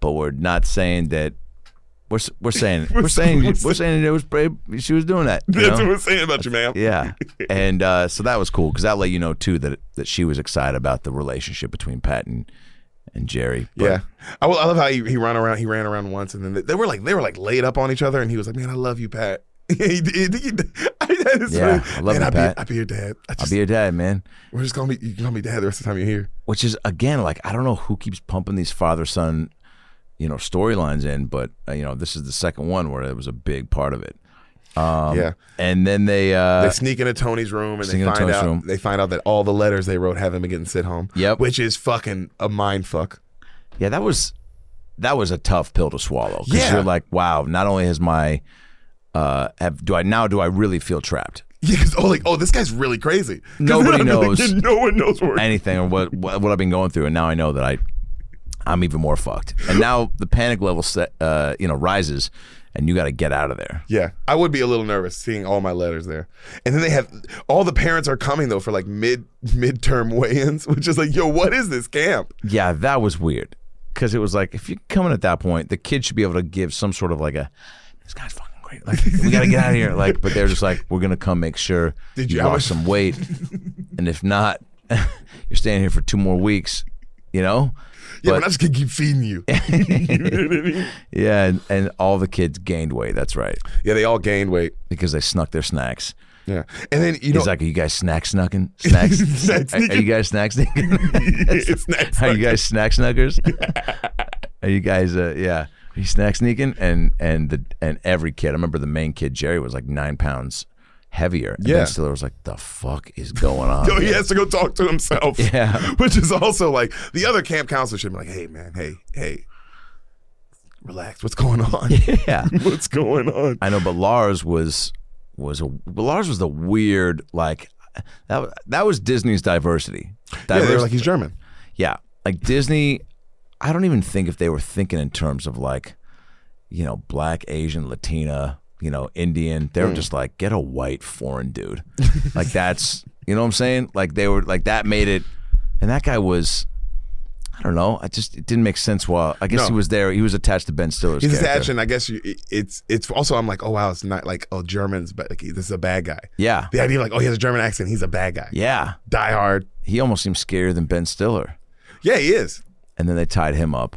S3: but we're not saying that we're s- we're saying we're saying
S4: we're
S3: we're saying it was brave. She was doing that, you
S4: That's
S3: know?
S4: what we're saying about you, ma'am.
S3: yeah." And uh, so that was cool because that let you know too that that she was excited about the relationship between Pat and and Jerry. But
S4: Yeah, I, will- I love how he, he ran around. He ran around once, and then they, they were like they were like laid up on each other, and he was like, "Man, I love you, Pat." he, he, he, I, that is
S3: Yeah,
S4: so-
S3: I love
S4: man,
S3: you,
S4: I'll
S3: Pat.
S4: Be, I'll be your dad. I
S3: I'll
S4: just,
S3: be your dad, man.
S4: we're just gonna be you can call me dad the rest of the time you're here.
S3: which is again like I don't know who keeps pumping these father son, you know, storylines in, but uh, you know this is the second one where it was a big part of it.
S4: yeah,
S3: And then they,
S4: they
S3: Um, uh,
S4: sneak into Tony's room and
S3: sneak
S4: they
S3: into
S4: find
S3: Tony's
S4: out
S3: room.
S4: they find out that all the letters they wrote have him getting sent home.
S3: Yep.
S4: which is fucking a mind fuck.
S3: yeah, that was that was a tough pill to swallow because
S4: Yeah.
S3: you're like, wow, not only has my uh, have do I now do I really feel trapped
S4: Yeah, 'cause, oh, like oh, this guy's really crazy. 'Cause
S3: Nobody
S4: then I'll be like,
S3: knows.
S4: "Yeah, no one knows where.
S3: anything or what what, what I've been going through, and now I know that I I'm even more fucked, and now the panic level set, uh, you know rises, and you got to get out of there.
S4: Yeah, I would be a little nervous seeing all my letters there. And then they have all the parents are coming though for like mid midterm weigh-ins, which is like, yo, what is this camp?
S3: Yeah, that was weird. Because it was like, if you're coming at that point, the kid should be able to give some sort of like a, this guy's fucking great. Like, we got to get out of here. Like, but they're just like, we're going to come make sure
S4: Did
S3: you
S4: you- how
S3: lost
S4: much-
S3: some weight. And if not, you're staying here for two more weeks, you know?
S4: Yeah,
S3: But-
S4: but, I just gonna keep feeding you.
S3: Yeah. And, and all the kids gained weight. That's right.
S4: yeah, they all gained weight.
S3: Because they snuck their snacks.
S4: Yeah, and then you know,
S3: He's like, are you guys snack snucking? Snacks?
S4: Snack
S3: are, are you guys snack sneaking?
S4: it's next.
S3: Are you guys snack snuckers? Are you guys? Uh, yeah, are you snack sneaking? And and the and every kid. I remember the main kid Jerry was like nine pounds heavier. And
S4: Yeah. Oh,
S3: then Stiller was like, "The fuck is going on?"
S4: Yo, he has to go talk to himself.
S3: Yeah.
S4: Which is also like the other camp counselor should be like, hey man, hey, hey, relax. What's going on?
S3: yeah,
S4: What's going on?
S3: I know. But Lars was was a Lars was the weird like that. was- That was Disney's diversity.
S4: Yeah, they were
S3: Diverse-
S4: like, he's German.
S3: yeah, like Disney. I don't even think if they were thinking in terms of like, you know, black, Asian, Latina, you know, Indian. They were
S4: Mm.
S3: just like, get a white foreign dude. like that's, you know what I'm saying? Like they were like that made it, and that guy was. I don't know. I just it didn't make sense. While I guess
S4: No.
S3: he was there, he was attached to Ben Stiller's.
S4: He's
S3: character.
S4: attached, and I guess you, it- it's it's also I'm like, oh wow, it's not like oh Germans, but like, this is a bad guy.
S3: Yeah.
S4: The idea of like oh he has a German accent, he's a bad guy.
S3: Yeah,
S4: Die hard.
S3: he almost seemed scarier than Ben Stiller.
S4: Yeah, he is.
S3: And then they tied him up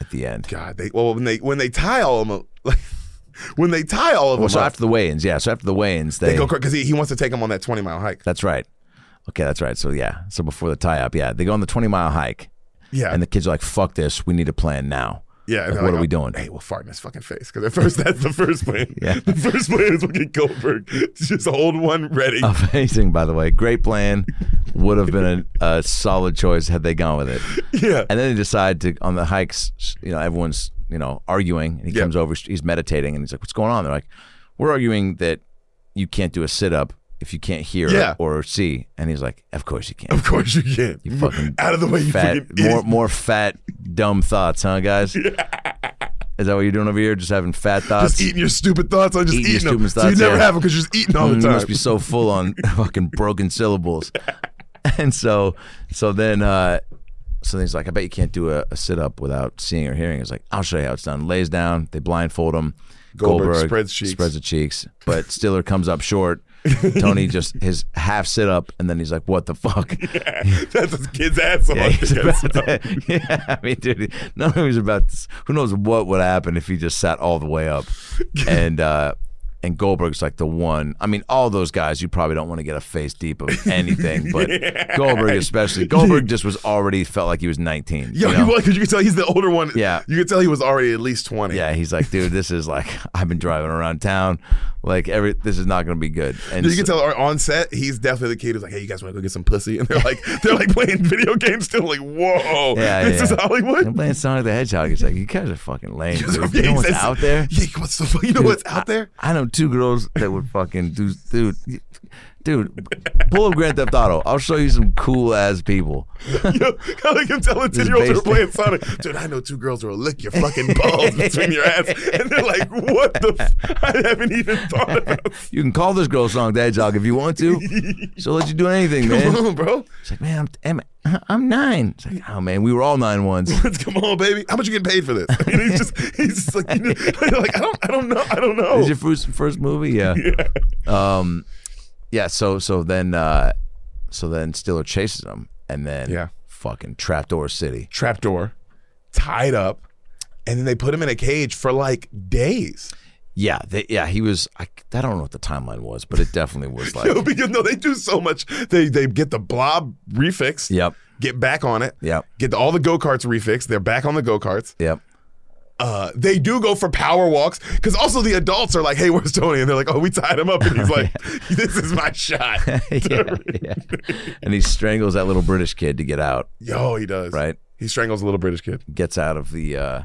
S3: at the end.
S4: God, they well when they when they tie all of them, up- like when they tie all of
S3: Well,
S4: them,
S3: so
S4: up,
S3: after the weigh-ins, yeah. So after the weigh-ins,
S4: they
S3: they,
S4: go because he, he wants to take them on that 20 mile hike.
S3: That's right. Okay, that's right. So yeah, so before the tie-up, yeah, they go on the twenty-mile hike,
S4: Yeah,
S3: and the kids are like, "Fuck this, we need a plan now."
S4: yeah. and
S3: like,
S4: they're
S3: what
S4: like,
S3: are we
S4: oh,
S3: doing?
S4: Hey, we'll fart in his fucking face because at first that's the first plan.
S3: Yeah.
S4: the first plan is fucking Goldberg. Just hold one ready.
S3: Oh. Amazing, by the way. Great plan. Would have been a, a solid choice had they gone with it.
S4: yeah,
S3: And then they decide to on the hikes. You know, everyone's you know arguing, and he
S4: Yeah.
S3: comes over. He's meditating, and he's like, "What's going on?" They're like, "We're arguing that you can't do a sit-up if you can't hear
S4: Yeah.
S3: or see." And he's like, "Of course you can."
S4: of course you can.
S3: You fucking
S4: out of the way. You
S3: fat,
S4: fucking idiot.
S3: more more fat, dumb thoughts, huh, guys? Is that what you're doing over here? Just having fat thoughts?
S4: just eating your stupid thoughts on just
S3: Eating your
S4: eating, them.
S3: stupid
S4: So you
S3: thoughts,
S4: never
S3: yeah.
S4: have them because you're just eating all
S3: Mm,
S4: the
S3: You
S4: time.
S3: must be so full on fucking broken syllables. And so, so then, uh, so then he's like, I bet you can't do a, a sit up without seeing or hearing. He's like, I'll show you how it's done. Lays down, they blindfold him.
S4: Goldberg spreads cheeks.
S3: spreads the cheeks, but Stiller comes up short. Tony just his half sit up, and then he's like, "What the fuck?"
S4: That's his kid's asshole.
S3: Yeah,
S4: I
S3: he's
S4: think that's-
S3: about to- yeah, I mean, dude, none of it was about. This. Who knows what would happen if he just sat all the way up, and uh, and Goldberg's like the one. I mean, all those guys, you probably don't want to get a face deep of anything, but Goldberg especially. Goldberg just was already felt like he was nineteen.
S4: Yo,
S3: you
S4: you
S3: know?
S4: because you can tell he's the older one.
S3: Yeah.
S4: you can tell he was already at least twenty.
S3: yeah, he's like, dude, this is like I've been driving around town, like every this is not going to be good. And
S4: You can
S3: so-
S4: tell on set, he's definitely the kid who's like, "Hey, you guys want to go get some pussy?" And they're like, they're like playing video games still. Like, whoa,
S3: Yeah,
S4: this
S3: yeah.
S4: is
S3: I'm
S4: Hollywood.
S3: playing Sonic the Hedgehog. He's like, you guys are fucking lame.
S4: Because
S3: Dude.
S4: of
S3: You know
S4: games,
S3: what's
S4: that's-
S3: out there?
S4: Yeah, what's the fuck? You know what's out there?
S3: I know two girls that would fucking do, dude, dude. Pull up Grand Theft Auto. I'll show you some cool ass people.
S4: Yo, how they can tell a
S3: is
S4: ten year old they're
S3: based-
S4: playing Sonic. Dude, I know two girls who will lick your fucking balls between your ass, and they're like, "What the? F- I haven't even thought about."
S3: You can call this girl Sonic the Hedgehog if you want to. She'll let you do anything, man.
S4: Come on, bro.
S3: It's like, man, I'm, am- I'm nine. It's like, oh man, we were all nine once.
S4: Come on, baby. How much you getting paid for this? I mean, he's just he's just like, you know, like I don't I don't know I don't know.
S3: Is your first first movie? Yeah. Um, yeah. So so then uh, so then Stiller chases him, and then
S4: Yeah.
S3: fucking Trapdoor City.
S4: trapdoor, tied up, and then they put him in a cage for like days.
S3: Yeah, they, yeah, he was. I, I don't know what the timeline was, but it definitely was like.
S4: No, because no, they do so much. They they get the blob refixed.
S3: Yep.
S4: Get back on it.
S3: Yep.
S4: Get the, all the go karts refixed. They're back on the go karts.
S3: Yep.
S4: Uh, they do go for power walks because also the adults are like, "Hey, where's Tony?" And they're like, "Oh, we tied him up." And he's like, "This is my shot."
S3: yeah, yeah. And he strangles that little British kid to get out,
S4: Yo, he does.
S3: right?
S4: He strangles a little British kid.
S3: Gets out of the uh,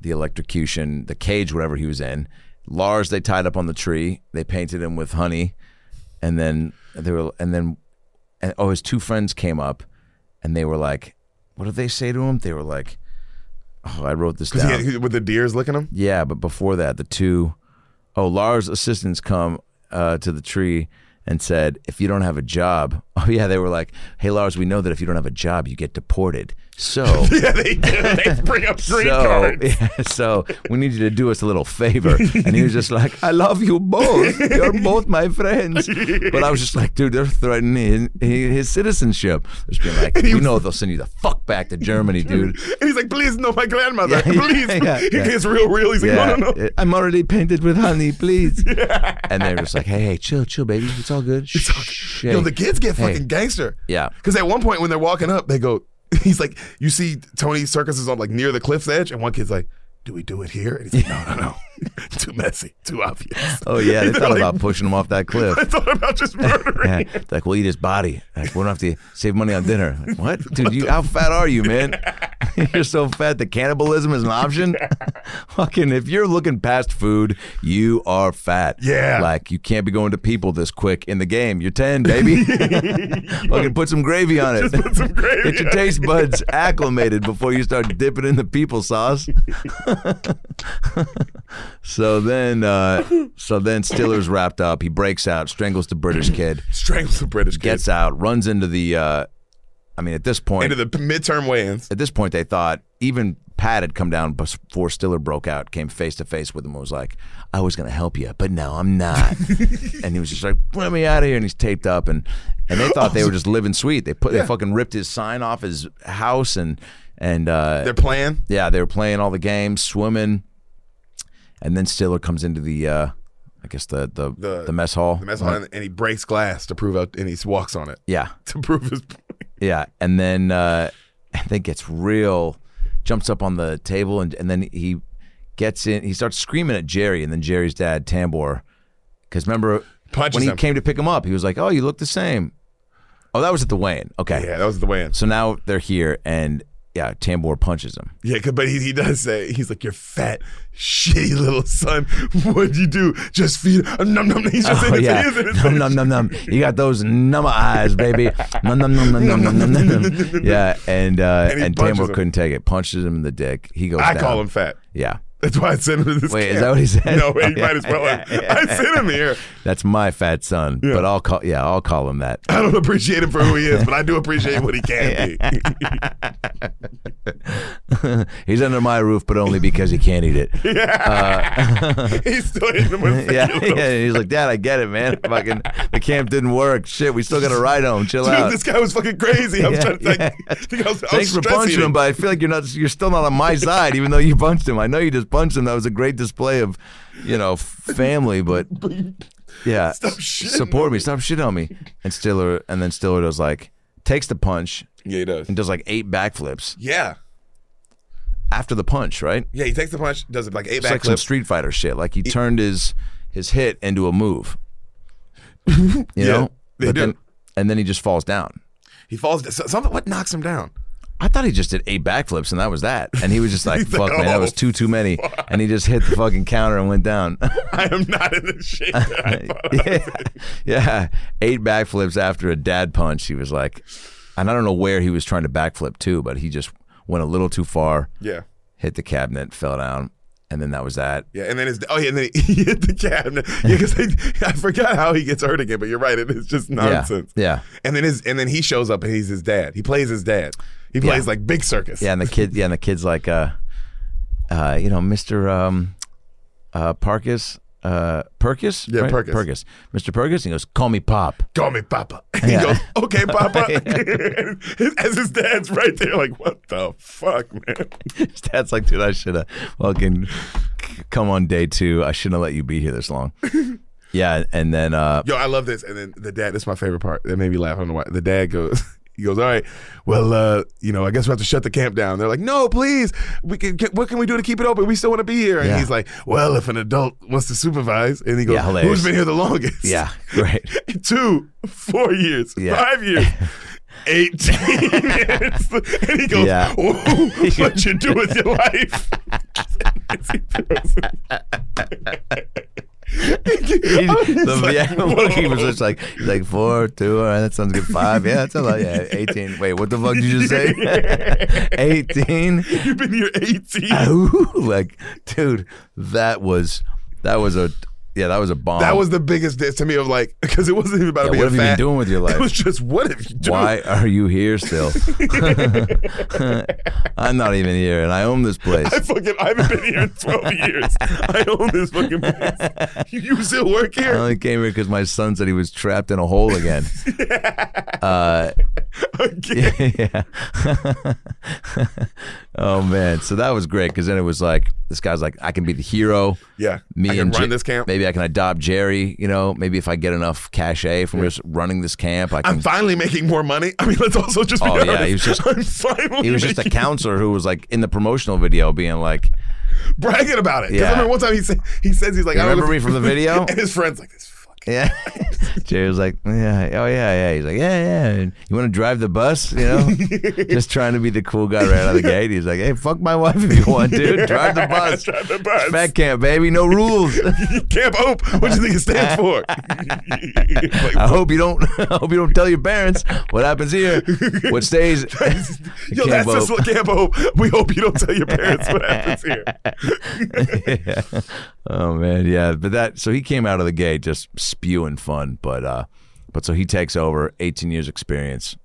S3: the electrocution, the cage, whatever he was in. Lars, they tied up on the tree. They painted him with honey, and then they were, and then, and oh, his two friends came up, and they were like, "What did they say to him?" They were like, "Oh, I wrote this
S4: Because
S3: down."
S4: he, with the deers licking him.
S3: Yeah, but before that, the two, oh, Lars' assistants come uh, to the tree and said, if you don't have a job, oh, yeah, they were like, hey, Lars, we know that if you don't have a job, you get deported. So.
S4: Yeah, they, they bring up green
S3: So,
S4: cards.
S3: yeah, so we need you to do us a little favor. And he was just like, I love you both. You're both my friends. But I was just like, dude, they're threatening his, his citizenship. Just being like, you know they'll send you the fuck back to Germany, dude.
S4: And he's like, please, no, my grandmother.
S3: Yeah, yeah,
S4: please.
S3: yeah,
S4: he
S3: yeah.
S4: gets real, real. He's like,
S3: Yeah,
S4: no, no, no.
S3: uh, I'm already painted with honey, please. And they're just like, hey, hey, chill, chill, baby. It's all good. Shh, shh,
S4: Yo,
S3: hey.
S4: the kids get
S3: Hey.
S4: fucking gangster.
S3: Yeah.
S4: Because at one point when they're walking up, they go, he's like, you see Tony Circus is on like near the cliff's edge, and one kid's like, do we do it here? And he's like, no, no, no. too messy, too obvious.
S3: Oh, yeah. They
S4: They're
S3: thought
S4: like-
S3: about pushing him off that cliff.
S4: I thought about just murdering.
S3: Yeah. It's Like, we'll eat his body. Like, we don't have to save money on dinner. Like, what? Dude, you, how fat are you, man? you're so fat that cannibalism is an option. Fucking, if you're looking past food, you are fat.
S4: Yeah.
S3: Like, you can't be going to people this quick in the game. You're 10, baby. Fucking put some gravy on it.
S4: Put some gravy
S3: Get your
S4: on it.
S3: taste buds acclimated before you start dipping in the people sauce. so then, uh, so then Stiller's wrapped up. He breaks out, strangles the British kid,
S4: Strangles the British kid.
S3: gets out, runs into the. Uh, I mean, at this point,
S4: into the p- midterm weigh-ins.
S3: at this point they thought even Pat had come down before Stiller broke out, came face to face with him and was like, I was gonna help you, but no, I'm not. and he was just like, Let me out of here and he's taped up and and they thought they were just living sweet. They put they fucking ripped his sign off his house and and uh,
S4: They're playing.
S3: yeah, they were playing all the games, swimming, and then Stiller comes into the uh, I guess the the, the,
S4: The-
S3: mess hall.
S4: The mess hall, and, and he breaks glass to prove out, and he walks on it
S3: Yeah.
S4: to prove his.
S3: Yeah, and then uh, and then gets real, jumps up on the table, and and then he gets in. He starts screaming at Jerry, and then Jerry's dad Tambor, because remember
S4: Punches
S3: when he
S4: him.
S3: came to pick him up, he was like, "Oh, you look the same." Oh, that was at the weigh-in. Okay,
S4: Yeah, that was the weigh-in.
S3: so now they're here, and yeah, Tambor punches him.
S4: Yeah, 'cause- but he, he does say he's like your fat, shitty little son. What'd you do? Just feed him. Num, num, he's just in
S3: oh
S4: his,
S3: yeah,
S4: he is in his
S3: num num num num. You got those number eyes, baby. Num num num num num num num. num. Yeah, and uh,
S4: And
S3: and,
S4: he punches
S3: Tambor
S4: him.
S3: couldn't take it. Punches him in the dick. He goes.
S4: I
S3: down.
S4: call him fat.
S3: Yeah.
S4: That's why I sent him to this.
S3: Wait, is
S4: camp.
S3: that what he said?
S4: No, he
S3: Oh,
S4: might
S3: yeah.
S4: as well. have. I sent him here.
S3: That's my fat son, but I'll call yeah, I'll call him that.
S4: I don't appreciate him for who he is, but I do appreciate what he can be.
S3: He's under my roof, but only because he can't eat it.
S4: he's still hitting him with
S3: yeah,
S4: fat
S3: yeah. He's like, Dad, I get it, man. Fucking the camp didn't work. Shit, we still got to ride home. Chill
S4: Dude,
S3: out.
S4: this guy was fucking crazy. I was
S3: Yeah,
S4: trying to like,
S3: yeah.
S4: think I was, I was
S3: Thanks for
S4: stress
S3: punching
S4: eating.
S3: him, but I feel like you're not. You're still not on my side, even though you punched him. I know you just punched him. That was a great display of, you know, f- family. But yeah,
S4: Stop
S3: s-
S4: shitting
S3: support me. Stop shit on me. And Stiller, and then Stiller does like takes the punch
S4: Yeah, he does.
S3: and does like eight backflips
S4: Yeah,
S3: after the punch, right?
S4: yeah. He takes the punch, does it like eight
S3: It's
S4: back
S3: like some
S4: clips.
S3: Street Fighter shit. Like he turned his his hit into a move. You
S4: Yeah,
S3: know?
S4: they do.
S3: Then, and then he just falls down.
S4: he falls. so- Something. What knocks him down?
S3: I thought he just did eight backflips and that was that. And he was just like,
S4: He's
S3: fuck,
S4: like,
S3: man, that
S4: "Oh,
S3: was too, too many. And he just hit the fucking counter and went down.
S4: I am not in the shape. That I thought I
S3: yeah. yeah. Eight backflips after a dad punch. He was like, and I don't know where he was trying to backflip to, but he just went a little too far,
S4: Yeah.
S3: hit the cabinet, fell down. And then that was that.
S4: Yeah, and then his oh yeah, and then he hit the cabinet. Yeah, because I forgot how he gets hurt again. But you're right, it is just nonsense.
S3: Yeah.
S4: And then his and then he shows up and he's his dad. He plays his dad. He plays
S3: Yeah.
S4: like big circus.
S3: Yeah, and the kid. Yeah, and the kid's like, uh, uh, you know, Mister um, uh, Parkus, uh, Perkus.
S4: Yeah, Perkus.
S3: Perkus. Mister Perkus. And he goes, "Call me Pop."
S4: Call me Papa. And he
S3: Yeah.
S4: goes, okay, Papa. As his dad's right there, like, what the fuck, man?
S3: His dad's like, "Dude, I should have fucking come on day two. I shouldn't have let you be here this long." yeah, and then uh,
S4: Yo, I love this. And then the dad, this is my favorite part. That made me laugh. I don't know why. The dad goes, he goes, all right, well, uh, you know, I guess we have to shut the camp down. They're like, no, please. We can, can- what can we do to keep it open? We still want to be here. And
S3: Yeah.
S4: he's like, well, if an adult wants to supervise, and he goes,
S3: Yeah, hilarious.
S4: who's been here the longest?
S3: yeah, right.
S4: Two, four years,
S3: Yeah.
S4: five years. 18 minutes. And he goes,
S3: Yeah.
S4: "Ooh, what you do with your life? he throws it.
S3: He,
S4: I was
S3: the,
S4: like,
S3: yeah, look, he was
S4: "Whoa."
S3: just like, he's like four, two, all right, that sounds good. Five, yeah, that's a lot. Yeah, eighteen. Wait, what the fuck did you just say? Eighteen.
S4: You've been here 18.
S3: Ooh, like, dude, that was that was a yeah, that was a bomb.
S4: That was the biggest diss to me of like, because it wasn't even about
S3: Yeah,
S4: being
S3: what have you
S4: fat.
S3: been doing with your life?
S4: It was just, what have you done?
S3: why are you here still? I'm not even here, and I own this place.
S4: I fucking, I haven't been here in 12 years. I own this fucking place. You, you still work
S3: I
S4: here?
S3: only came here because my son said he was trapped in a hole again.
S4: Okay.
S3: yeah. oh man, so that was great because then it was like this guy's like, I can be the hero.
S4: Yeah.
S3: me
S4: I can
S3: and
S4: run
S3: Ja-
S4: this camp.
S3: Maybe I can adopt Jerry. You know, maybe if I get enough cachet from just running this camp, I can.
S4: I'm finally making more money. I mean, let's also just be
S3: Oh,
S4: honest.
S3: yeah, he was just-
S4: I'm finally
S3: he was just a
S4: making-
S3: counselor who was like in the promotional video, being like,
S4: bragging about it. Because
S3: Yeah.
S4: I remember one time he, sa- he says, he's like,
S3: You
S4: I don't
S3: remember
S4: know if-
S3: me from the video?
S4: and his friend's like, this fucking
S3: Yeah. Jerry was like, yeah, oh yeah, yeah. He's like, yeah, yeah. You want to drive the bus? You know, just trying to be the cool guy right out of the gate. He's like, hey, fuck my wife if you want, dude. Drive the bus.
S4: Drive the bus.
S3: Fat camp, baby. No rules.
S4: Camp Hope. What do you think it stands for? Like,
S3: I hope you don't. I hope you don't tell your parents what happens here. What stays?
S4: Yo, that's just what Camp Hope. We hope you don't tell your parents what happens here.
S3: yeah. Oh man, yeah. But that so he came out of the gate just spewing fun, but uh but so he takes over, 18 years experience,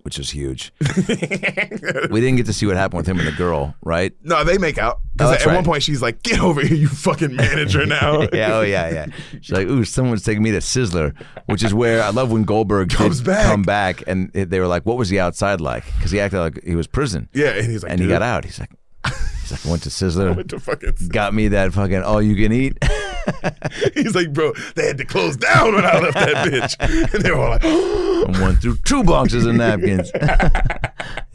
S3: which is huge. we didn't get to see what happened with him and the girl, right?
S4: No, they make out.
S3: Oh,
S4: Because
S3: that's
S4: at
S3: right.
S4: one point she's like, "Get over here, you fucking manager!" Now,
S3: Yeah, oh yeah, yeah. She's like, ooh, someone's taking me to Sizzler, which is where I love when Goldberg did
S4: Comes back.
S3: come back, and they were like, what was the outside like? Because he acted like he was prison,
S4: yeah. And he's like,
S3: and he
S4: "Dude,
S3: got out. He's like, he's like, I went to Sizzler,
S4: What the fuck is-
S3: got me that fucking all you can eat.
S4: He's like, bro, they had to close down when I left that bitch. And they were all like,
S3: and one through two boxes of napkins.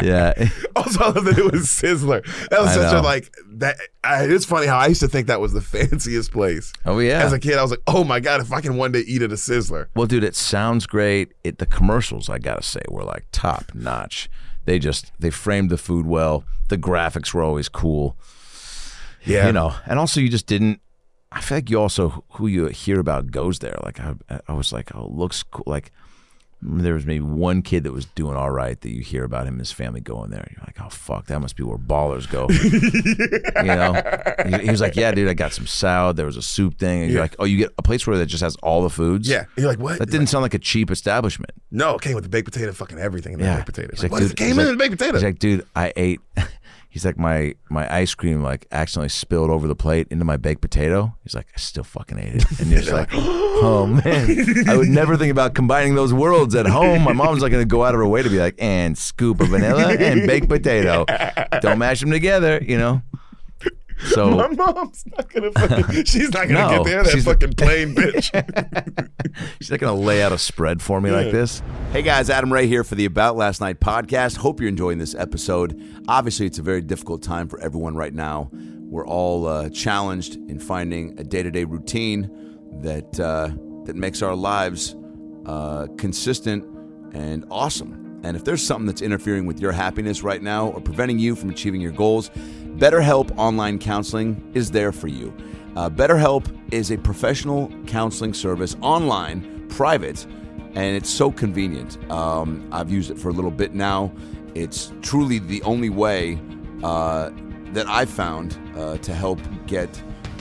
S3: yeah.
S4: also I love that it was Sizzler. That was
S3: I
S4: such
S3: know.
S4: a like that. I, it's funny how I used to think that was the fanciest place.
S3: Oh, yeah.
S4: As a kid, I was like, oh my god, if I can one day eat at a Sizzler,
S3: Well, dude, it sounds great. It the commercials, I gotta say, were like top notch. They just they framed the food well. The graphics were always cool.
S4: yeah,
S3: You know, and also you just didn't. I feel like you also who you hear about goes there. Like I, I was like, oh, looks cool. Like there was maybe one kid that was doing all right that you hear about him and his family going there. And you're like, oh fuck, that must be where ballers go. you know, he, he was like, yeah, dude, I got some salad. There was a soup thing. And you're
S4: Yeah.
S3: like, oh, you get a place where that just has all the foods.
S4: yeah. You're like, what?
S3: That didn't sound like a cheap establishment.
S4: No, it came with the baked potato, fucking everything in the baked potato.
S3: He's
S4: Like, what?
S3: dude-
S4: It came
S3: he's
S4: in
S3: like-
S4: the baked potato.
S3: He's like, dude, I ate. He's like, my my ice cream like accidentally spilled over the plate into my baked potato. He's like, I still fucking ate it. And you're just like, oh man, I would never think about combining those worlds at home. My mom's like gonna go out of her way to be like, and scoop of vanilla and baked potato. Don't mash them together, you know. So
S4: my mom's not gonna fucking. She's not gonna
S3: No,
S4: get there. That
S3: she's-
S4: fucking plain bitch.
S3: She's not going to lay out a spread for me like this.
S6: Hey guys, Adam Ray here for the About Last Night podcast. Hope you're enjoying this episode. Obviously, it's a very difficult time for everyone right now. We're all uh, challenged in finding a day to day routine that uh, that makes our lives uh, consistent and awesome. And if there's something that's interfering with your happiness right now or preventing you from achieving your goals, BetterHelp Online Counseling is there for you. Uh, BetterHelp is a professional counseling service online, private and it's so convenient. Um, I've used it for a little bit now. It's truly the only way uh, that I've found uh, to help get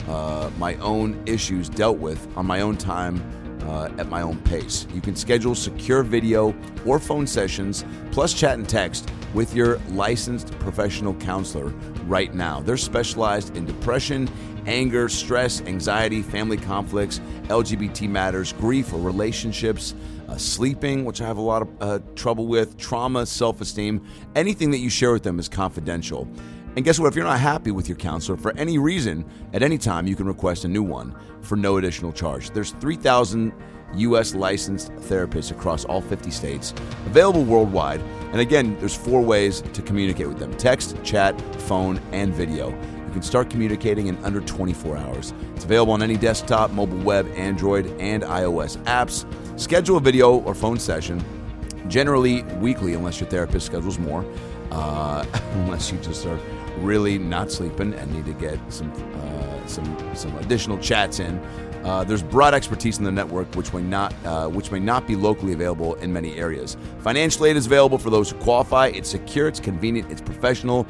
S6: uh, my own issues dealt with on my own time. Uh, at my own pace. You can schedule secure video or phone sessions, plus chat and text with your licensed professional counselor right now. They're specialized in depression anger, stress, anxiety, family conflicts, LGBT matters, grief or relationships, uh, sleeping, which I have a lot of uh, trouble with, trauma, self esteem. Anything that you share with them is confidential. And guess what? If you're not happy with your counselor for any reason, at any time, you can request a new one for no additional charge. There's 3,000. U.S. licensed therapists across all 50 states, available worldwide. And again, there's four ways to communicate with them text, chat, phone, and video. You can start communicating in under 24 hours. It's available on any desktop, mobile web, Android, and iOS apps. Schedule a video or phone session generally weekly, unless your therapist schedules more, uh, unless you just are really not sleeping and need to get some uh, some some additional chats in. Uh, there's broad expertise in the network, which may not uh, which may not be locally available in many areas. Financial aid is available for those who qualify. It's secure, it's convenient, it's professional.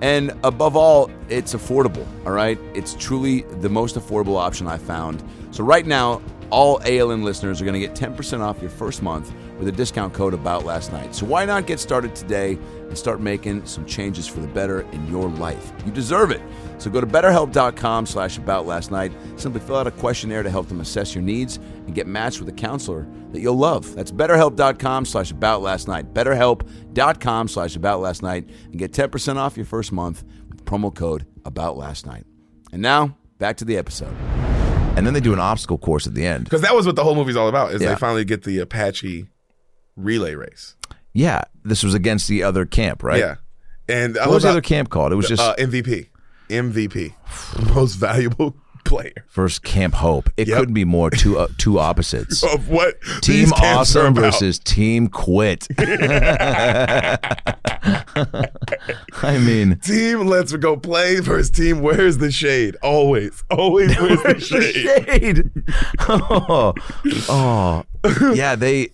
S6: And above all, it's affordable, all right? It's truly the most affordable option I found. So, right now, all ALN listeners are going to get 10% off your first month with a discount code about last night. So, why not get started today and start making some changes for the better in your life? You deserve it. So, go to betterhelp.com slash about last night. Simply fill out a questionnaire to help them assess your needs and get matched with a counselor that you'll love. That's betterhelp.com slash about last night. Betterhelp.com slash about last night and get 10% off your first month with promo code about last night. And now back to the episode.
S3: And then they do an obstacle course at the end.
S4: Because that was what the whole movie's all about. Is
S3: Yeah.
S4: they finally get the Apache relay race.
S3: Yeah, this was against the other camp, right?
S4: Yeah. And I
S3: What was
S4: love uh,
S3: the other
S4: how-
S3: camp called? It was just
S4: uh, MVP. MVP. Most valuable player
S3: versus Camp Hope. It
S4: Yep.
S3: couldn't be more two uh, two opposites.
S4: of what
S3: Team
S4: these camps are
S3: Awesome
S4: about.
S3: versus Team Quit. I mean,
S4: team lets go play versus team where's the shade always always where's the shade
S3: shade. Oh, oh, yeah. They,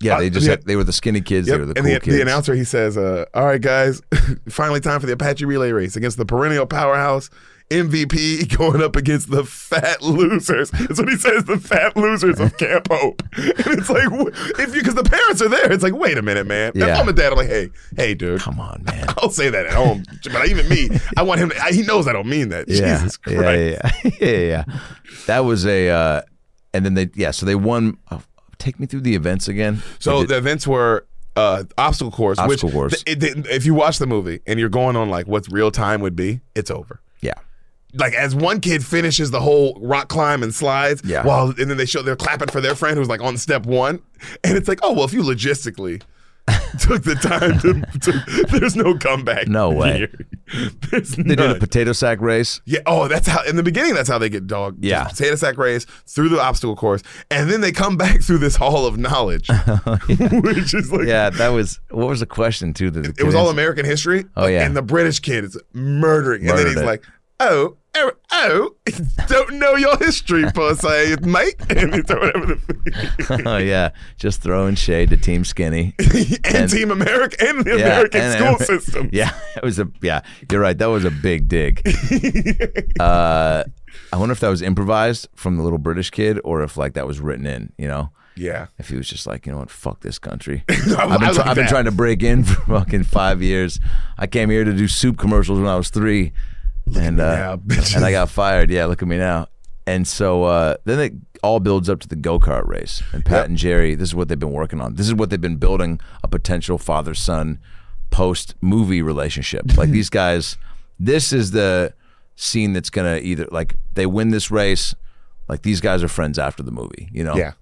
S3: yeah, they just
S4: Uh, yeah.
S3: had, they were the skinny kids.
S4: Yep.
S3: They were the
S4: and
S3: cool
S4: the,
S3: kids.
S4: the announcer he says uh, all right guys finally time for the apache relay race against the perennial powerhouse mvp going up against the fat losers that's what he says the fat losers of camp hope and it's like wh- if you because the parents are there it's like wait a minute man If
S3: Yeah.
S4: mom and dad are like hey hey dude
S3: Come on, man.
S4: I'll say that at home, but even me, I want him. To, I, he knows I don't mean that.
S3: Yeah,
S4: Jesus Christ!
S3: yeah, yeah, yeah, yeah, yeah. That was a, uh, and then they, yeah. So they won. oh, take me through the events again.
S4: So
S3: They did-
S4: the events were uh, obstacle course,
S3: Obstacle
S4: which
S3: course.
S4: th- it- th- if you watch the movie and you're going on like what real time would be, it's over.
S3: yeah,
S4: Like as one kid finishes the whole rock climb and slides,
S3: Yeah.
S4: while and then they show they're clapping for their friend who's like on step one, and it's like, oh well, if you logistically took the time to, to there's no comeback.
S3: No way.
S4: here. There's
S3: they did a
S4: none.
S3: potato sack race.
S4: Yeah. Oh, that's how in the beginning. That's how they get dog.
S3: Yeah.
S4: just Potato sack race through the obstacle course, and then they come back through this hall of knowledge, which is like
S3: Oh, Yeah, that was what was the question too? That the
S4: It
S3: kid
S4: was all
S3: asked?
S4: American history.
S3: Oh, yeah.
S4: And the British kid is murdering, and then
S3: Murdered
S4: he's
S3: it.
S4: like, "Oh, oh, oh, don't know your history, per se, mate." And it's whatever the
S3: oh yeah, just throwing shade to Team Skinny.
S4: and, Team America and the
S3: Yeah,
S4: American
S3: and-
S4: school
S3: and-
S4: system.
S3: Yeah, it was a yeah. You're right. That was a big dig. uh, I wonder if that was improvised from the little British kid, or if like that was written in. You know,
S4: Yeah.
S3: if he was just like, you know what, fuck this country.
S4: I
S3: I've been,
S4: like
S3: try- I've been
S4: that.
S3: trying to break in for fucking five years. I came here to do soup commercials when I was three, and
S4: me
S3: uh,
S4: now, bitches.
S3: and I got fired. Yeah, look at me now. And so uh, then it all builds up to the go kart race. And Pat and Jerry, this is what they've been working on. This is what they've been building a potential father son post movie relationship. Like these guys, this is the scene that's gonna either like they win this race. Like these guys are friends after the movie, you know?
S4: Yeah.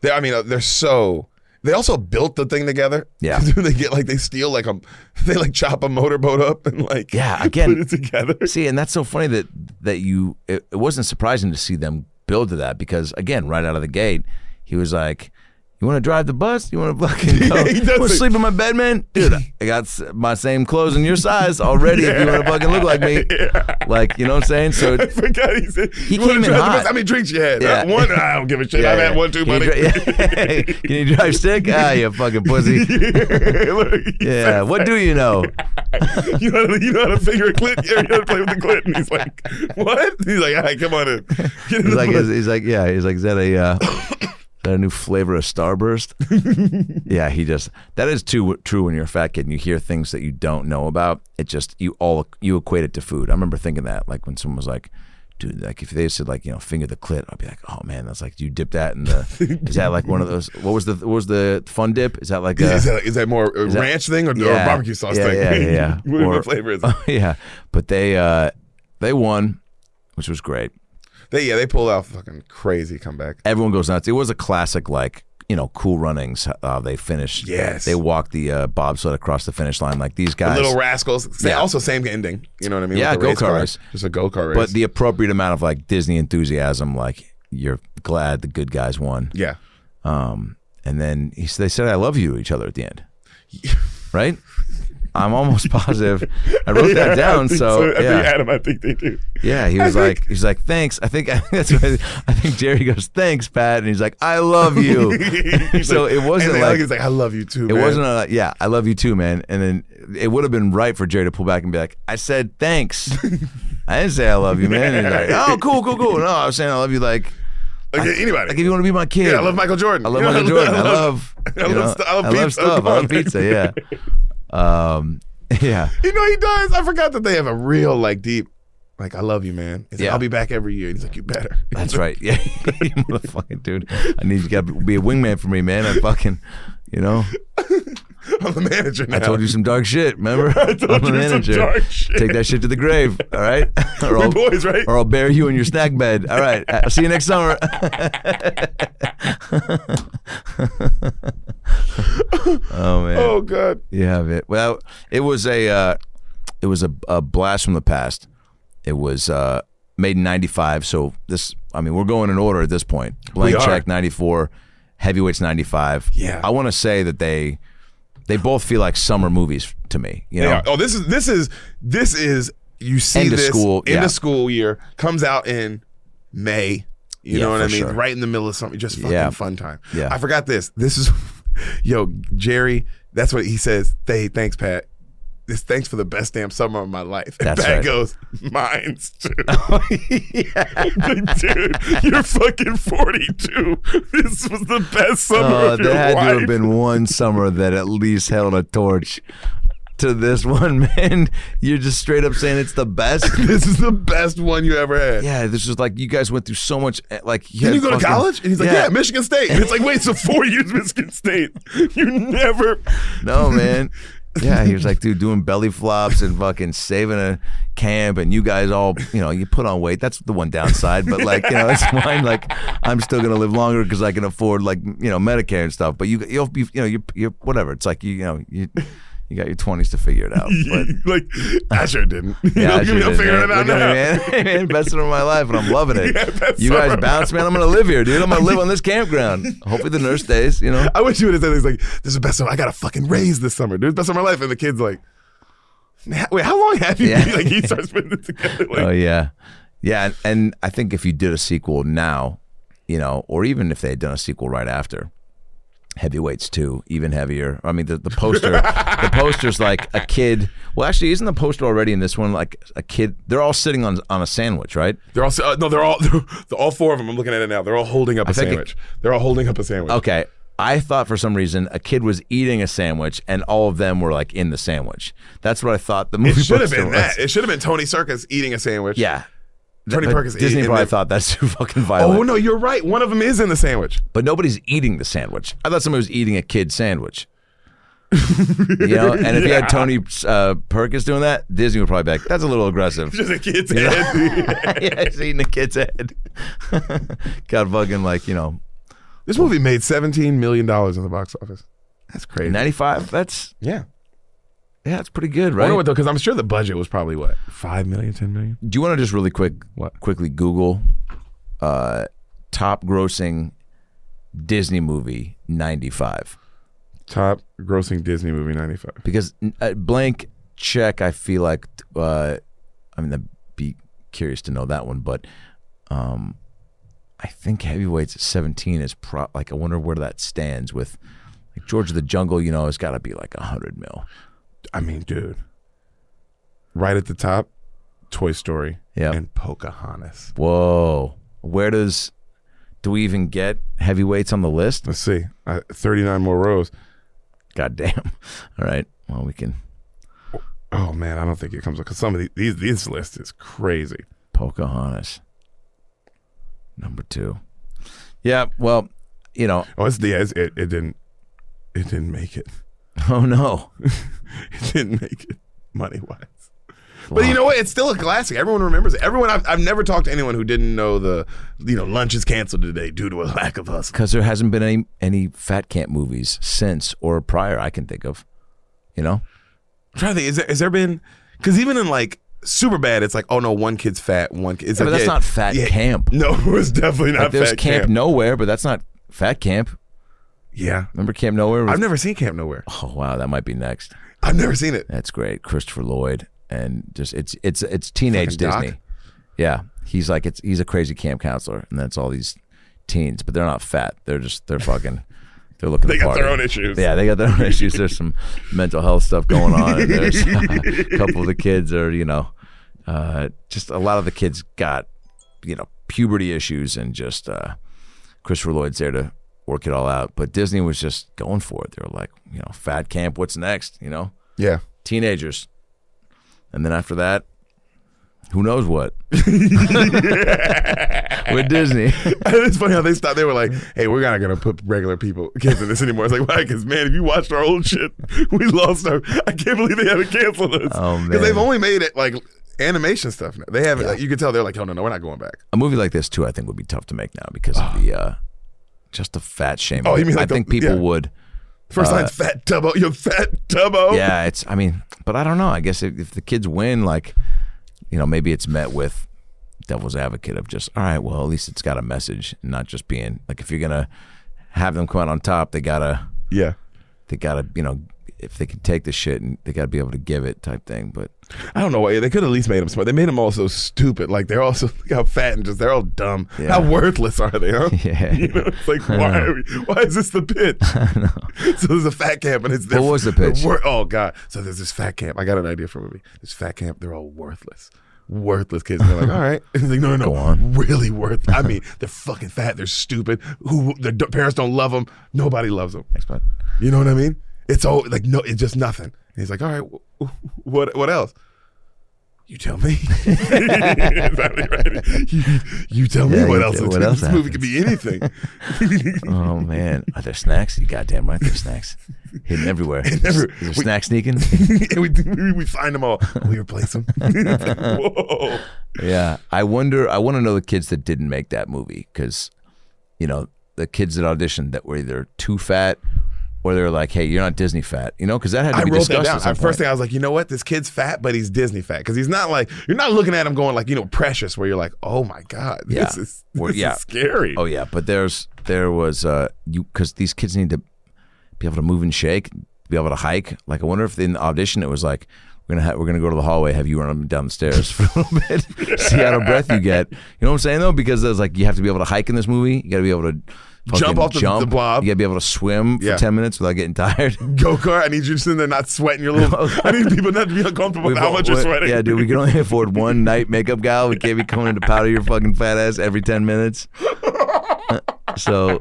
S4: They, I mean, uh, they're so. They also built the thing together.
S3: Yeah.
S4: they get like they steal like a, they like chop a motorboat up and like
S3: Yeah, again-
S4: put it together.
S3: See, and that's so funny that that you it, it wasn't surprising to see them build to that because again, right out of the gate, he was like, "You want to drive the bus? You want to fucking go?
S4: Yeah, he does
S3: want to
S4: it.
S3: sleep in my bed, man? Dude, I got s- my same clothes and your size already. If you want to fucking look like me, like you know what I'm saying? So."
S4: I forgot he said.
S3: He
S4: "You wanna
S3: came in
S4: try the
S3: hot.
S4: best? How many drinks you had?
S3: Yeah.
S4: Uh, One. I don't give a shit.
S3: yeah,
S4: I've
S3: yeah.
S4: had one too,
S3: Can
S4: buddy.
S3: you dri- Can you drive stick? Ah, you fucking pussy.
S4: Look, he
S3: Yeah. What do you know?
S4: said, you, know how to, you know how to finger a clit? Yeah, you know how to play with the clit? And he's like, what? He's like, all right, come on in. Get in
S3: He's
S4: the
S3: like,
S4: bus."
S3: is, he's like, yeah. He's like, is that a, uh, is that a new flavor of Starburst? yeah, he just. That is too true when you're a fat kid and you hear things that you don't know about. It just you all you equate it to food. I remember thinking that, like when someone was like. Dude, like if they said like you know finger the clit, I'd be like, oh man, that's like do you dip that in the? Is that like one of those? What was the what was the fun dip? Is that like a,
S4: is, that, is that more a
S3: uh, that-
S4: ranch thing or, or
S3: Yeah.
S4: barbecue sauce
S3: yeah,
S4: thing?
S3: Yeah, yeah, yeah.
S4: Whatever
S3: Or- uh,
S4: flavor is it?
S3: yeah, but they uh they won, which was great.
S4: They, yeah, they pulled out fucking crazy comeback.
S3: everyone goes nuts. It was a classic, like you know, Cool Runnings. Uh, they finished.
S4: Yes.
S3: they walked the uh, bobsled across the finish line. Like these guys,
S4: Little Rascals. Sa-
S3: Yeah.
S4: Also, same ending. You know what I mean?
S3: Yeah,
S4: With the race
S3: go-kart
S4: car.
S3: race.
S4: Just a go kart race.
S3: but the appropriate amount of like Disney enthusiasm. Like you're glad the good guys won.
S4: yeah,
S3: Um, and then he, they said, "I love you" to each other at the end, right? I'm almost positive. I wrote that down. So,
S4: I think
S3: yeah,
S4: Adam, I think they do.
S3: yeah. He
S4: I
S3: was
S4: think-
S3: like, he's like, thanks. I think I think that's what I think Jerry goes, thanks, Pat, and he's like, I love you.
S4: He's
S3: so
S4: like-
S3: it wasn't
S4: and they hug,
S3: like
S4: he's like, I love you too.
S3: It
S4: man."
S3: wasn't a yeah, I love you too, man. And then it would have been right for Jerry to pull back and be like, I said thanks. I didn't say I love you, man. And he's like, oh, cool, cool, cool. No, I was saying I love you like
S4: like anybody.
S3: like if you want to be my kid.
S4: yeah, I love Michael Jordan.
S3: I love
S4: You know,
S3: Michael Jordan. I love
S4: I
S3: you
S4: love
S3: know,
S4: stu- I love
S3: I love
S4: pizza.
S3: stuff.
S4: Come
S3: I
S4: on,
S3: love pizza, yeah. Um yeah.
S4: You know he does. I forgot that they have a real like deep. Like I love you, man. He's like,
S3: Yeah.
S4: I'll be back every year. He's like, you better.
S3: That's right. Yeah. you motherfucking dude. I need you to be a wingman for me, man. I fucking you know,
S4: I'm the manager now.
S3: I told you some dark shit, remember? I
S4: told
S3: am
S4: you
S3: a
S4: some
S3: manager.
S4: dark shit.
S3: Take that shit to the grave, all right? Or
S4: We're
S3: I'll-
S4: boys, right?
S3: or I'll bury you in your snack bed. All right, I'll see you next summer. oh man,
S4: oh god.
S3: yeah, man. Well, it was a uh, it was a, a blast from the past. It was uh, made in 95. So this, I mean, we're going in order at this point. Blank
S4: We are.
S3: check 94, heavyweights 95.
S4: Yeah.
S3: I want to say that they they both feel like summer movies to me. You
S4: They
S3: know,
S4: are. Oh, this is this is this is you see
S3: End of
S4: this
S3: school,
S4: end
S3: yeah.
S4: of school year comes out in May. You
S3: Yeah,
S4: know what
S3: for
S4: I mean?
S3: sure.
S4: Right in the middle of something, just fucking
S3: Yeah.
S4: fun time.
S3: Yeah.
S4: I forgot this. This is, yo, Jerry. That's what he says. Hey, thanks, Pat. This thanks for the best damn summer of my life. And
S3: That's
S4: Pat
S3: right. Oh,
S4: goes, mine's too. Like, Dude, you're fucking 42. This was the best summer
S3: Uh,
S4: of your
S3: there had
S4: life.
S3: to have been one summer that at least held a torch to this one, man. You're just straight up saying it's the best.
S4: this is the best one you ever had.
S3: Yeah, this is like you guys went through so much. eh, Like,
S4: Can
S3: had
S4: you go to
S3: fucking-
S4: college? And he's like, yeah, Michigan State. And it's like, wait, so four years Michigan State. You never.
S3: No, man. Yeah, he was like, dude, doing belly flops and fucking saving a camp, and you guys all, you know, you put on weight. That's the one downside, but like, you know, it's fine. Like, I'm still gonna live longer because I can afford like, you know, Medicare and stuff. But you, you'll be, you know, you're, you're whatever. It's like you, you know, you, you got your 20s to figure it out. But
S4: like, I sure didn't. You
S3: Yeah,
S4: know,
S3: I
S4: give
S3: sure
S4: me- I'm
S3: did,
S4: figuring
S3: man.
S4: it out
S3: Look at
S4: now.
S3: me, man. Hey, man, best summer of my life, and I'm loving it.
S4: Yeah, best
S3: you
S4: summer
S3: guys
S4: of
S3: bounce, man. I'm gonna live here, dude. I'm gonna live on this campground. Hopefully, the nurse stays. You know,
S4: I wish you would have said this. Like, this is the best summer. I got a fucking raise this summer, dude. Best summer of my life. And the kid's like, "Man, wait, how long have you?
S3: Yeah.
S4: been?" Like, he starts putting it together. Like,
S3: oh yeah, yeah. And, and I think if you did a sequel now, you know, or even if they had done a sequel right after, heavyweights too, even heavier. I mean, the, the poster, the poster's like a kid. Well, actually, isn't the poster already in this one like a kid? They're all sitting on on a sandwich, right?
S4: They're all, uh, no, they're all, they're, all four of them. I'm looking at it now. They're all holding up a
S3: think it-
S4: sandwich. they're all holding up a sandwich.
S3: Okay. I thought for some reason a kid was eating a sandwich and all of them were like in the sandwich. That's what I thought the
S4: It
S3: movie
S4: should have
S3: poster
S4: been
S3: was.
S4: that. It should have been Tony Circus eating a sandwich.
S3: Yeah.
S4: Tony
S3: But
S4: Perkins
S3: Disney
S4: ate-
S3: probably
S4: and then-
S3: thought that's too fucking violent.
S4: Oh, no, you're right. One of them is in the sandwich.
S3: But nobody's eating the sandwich. I thought somebody was eating a kid sandwich. you know, and if you had Tony uh, Perkins doing that, Disney would probably be like, "That's a little aggressive."
S4: Just a kid's head.
S3: yeah, he's eating a kid's head. Got fucking like you know,
S4: This movie made seventeen million dollars in the box office. That's crazy.
S3: ninety five. That's
S4: yeah.
S3: yeah, that's pretty good,
S4: I
S3: right?
S4: wonder what though, because I'm sure the budget was probably what five million, ten million.
S3: Do you want to just really quick,
S4: What?
S3: quickly Google uh, top grossing Disney movie '95?
S4: Top grossing Disney movie ninety five.
S3: Because uh, blank check, I feel like uh, I mean, I'd be curious to know that one, but um, I think heavyweights at 17 is pro. Like, I wonder where that stands with like George of the Jungle. You know, it's got to be like a hundred mil.
S4: I mean, dude. Right at the top, Toy Story
S3: Yeah.
S4: and Pocahontas.
S3: Whoa, where does do we even get heavyweights on the list?
S4: Let's see, uh, thirty nine more rows.
S3: God damn. All right. Well, we can.
S4: Oh man, I don't think it comes up because some of these, these these list is crazy.
S3: Pocahontas. Number two. Yeah, well, you know,
S4: Oh, it's the it's, it it didn't it didn't make it.
S3: oh no.
S4: It didn't make it money wise. But you know what? It's still a classic. Everyone remembers it. Everyone, I've, I've never talked to anyone who didn't know the, you know, lunch is canceled today due to a lack of hustle.
S3: Because there hasn't been any any fat camp movies since or prior I can think of. You know?
S4: I'm trying to think, is there, has there been, because even in like super bad, it's like, oh no, one kid's fat, one kid. It's
S3: Yeah, but
S4: like,
S3: that's not fat camp.
S4: No, it's definitely not
S3: Like, there's
S4: fat
S3: camp,
S4: camp.
S3: nowhere, but that's not fat camp.
S4: Yeah.
S3: Remember Camp Nowhere?
S4: I've never seen Camp Nowhere.
S3: oh wow, that might be next.
S4: I've never seen it.
S3: That's great. Christopher Lloyd and just it's it's it's teenage
S4: Fucking doc.
S3: Disney. Yeah. He's like it's he's a crazy camp counselor and that's all these teens, but they're not fat. They're just they're fucking they're looking
S4: They
S3: to
S4: got their
S3: party.
S4: own issues.
S3: Yeah, they got their own issues. There's some mental health stuff going on. And there's a couple of the kids are, you know, uh, just a lot of the kids got, you know, puberty issues and just uh, Christopher Lloyd's there to work it all out. But Disney was just going for it. They were like, you know, fat camp, what's next? You know,
S4: Yeah.
S3: teenagers. And then after that, who knows what? With Disney.
S4: it's funny how they stopped. They were like, "Hey, we're not gonna put regular people kids in this anymore." It's like, why? Because man, if you watched our old shit, we lost our. I can't believe they haven't canceled us.
S3: Oh, man.
S4: they've only made it like animation stuff. Now. They haven't. Like, you can tell they're like, "Oh no, no, we're not going back."
S3: a movie like this too, I think would be tough to make now because of the uh, just the fat shame.
S4: Ah. Oh, you mean
S3: I
S4: like the-
S3: think people
S4: yeah.
S3: would.
S4: First line, fat tubbo, you fat
S3: Uh,
S4: tubbo.
S3: Yeah, it's. I mean, but I don't know. I guess if, if the kids win, like, you know, maybe it's met with devil's advocate of just all right. Well, at least it's got a message, not just being like if you're gonna have them come out on top, they gotta
S4: Yeah.
S3: they gotta you know if they can take the shit and they gotta be able to give it type thing. But
S4: I don't know why they could at least made them smart. They made them all so stupid. Like they're all so look how fat and just they're all dumb.
S3: Yeah.
S4: How worthless are they? Huh?
S3: Yeah.
S4: You know, it's like why? Are we, why is this the pitch? So there's a fat camp and it's
S3: What was the pitch?
S4: wor- oh god! So there's this fat camp. I got an idea for a movie. This fat camp. They're all worthless. Worthless kids. And they're like, all right. It's like, no, no, no.
S3: Go on.
S4: Really worth. I mean, they're fucking fat. They're stupid. Who? Their d- parents don't love them. Nobody loves them.
S3: but
S4: You know what I mean? It's all like no, it's just nothing. And he's like, all right, wh- wh- what what else? You tell me. Is that right? you, you tell me
S3: Yeah,
S4: what
S3: you
S4: else.
S3: tell-
S4: it's-
S3: what else
S4: this movie could be anything.
S3: oh man, are there snacks? You goddamn right, there's snacks hidden everywhere. Is
S4: Never-
S3: there
S4: we-
S3: snack sneaking?
S4: and we, we, we find them all. We replace them. It's like, whoa.
S3: Yeah, I wonder. I want to know the kids that didn't make that movie because, you know, the kids that auditioned that were either too fat or they're like, "Hey, you're not Disney fat," you know, because that had to
S4: I
S3: be
S4: wrote that
S3: discussed.
S4: down.
S3: At
S4: I,
S3: some
S4: first thing
S3: point.
S4: I was like, you know what? This kid's fat, but he's Disney fat because he's not like you're not looking at him going like you know precious, where you're like, oh my god,
S3: Yeah.
S4: this is
S3: Or-
S4: this
S3: yeah.
S4: is scary.
S3: oh yeah, but there's there was uh you because these kids need to be able to move and shake, be able to hike. Like I wonder if in the audition it was like. We're gonna ha- we're gonna go to the hallway. Have you run up and down the stairs for a little bit? See how out of breath you get. You know what I'm saying though, because there's like you have to be able to hike in this movie. You got to be able to fucking
S4: off the- the
S3: jump.
S4: blob.
S3: You got to be able to swim for
S4: Yeah.
S3: ten minutes without getting tired.
S4: go kart. I need you to sit there not sweating your little. I need people not to be uncomfortable
S3: Oh. We've
S4: with how
S3: all-
S4: much you're
S3: we-
S4: sweating.
S3: Yeah, dude, we can only afford one night makeup guy. We can't be coming in to powder your fucking fat ass every ten minutes. So,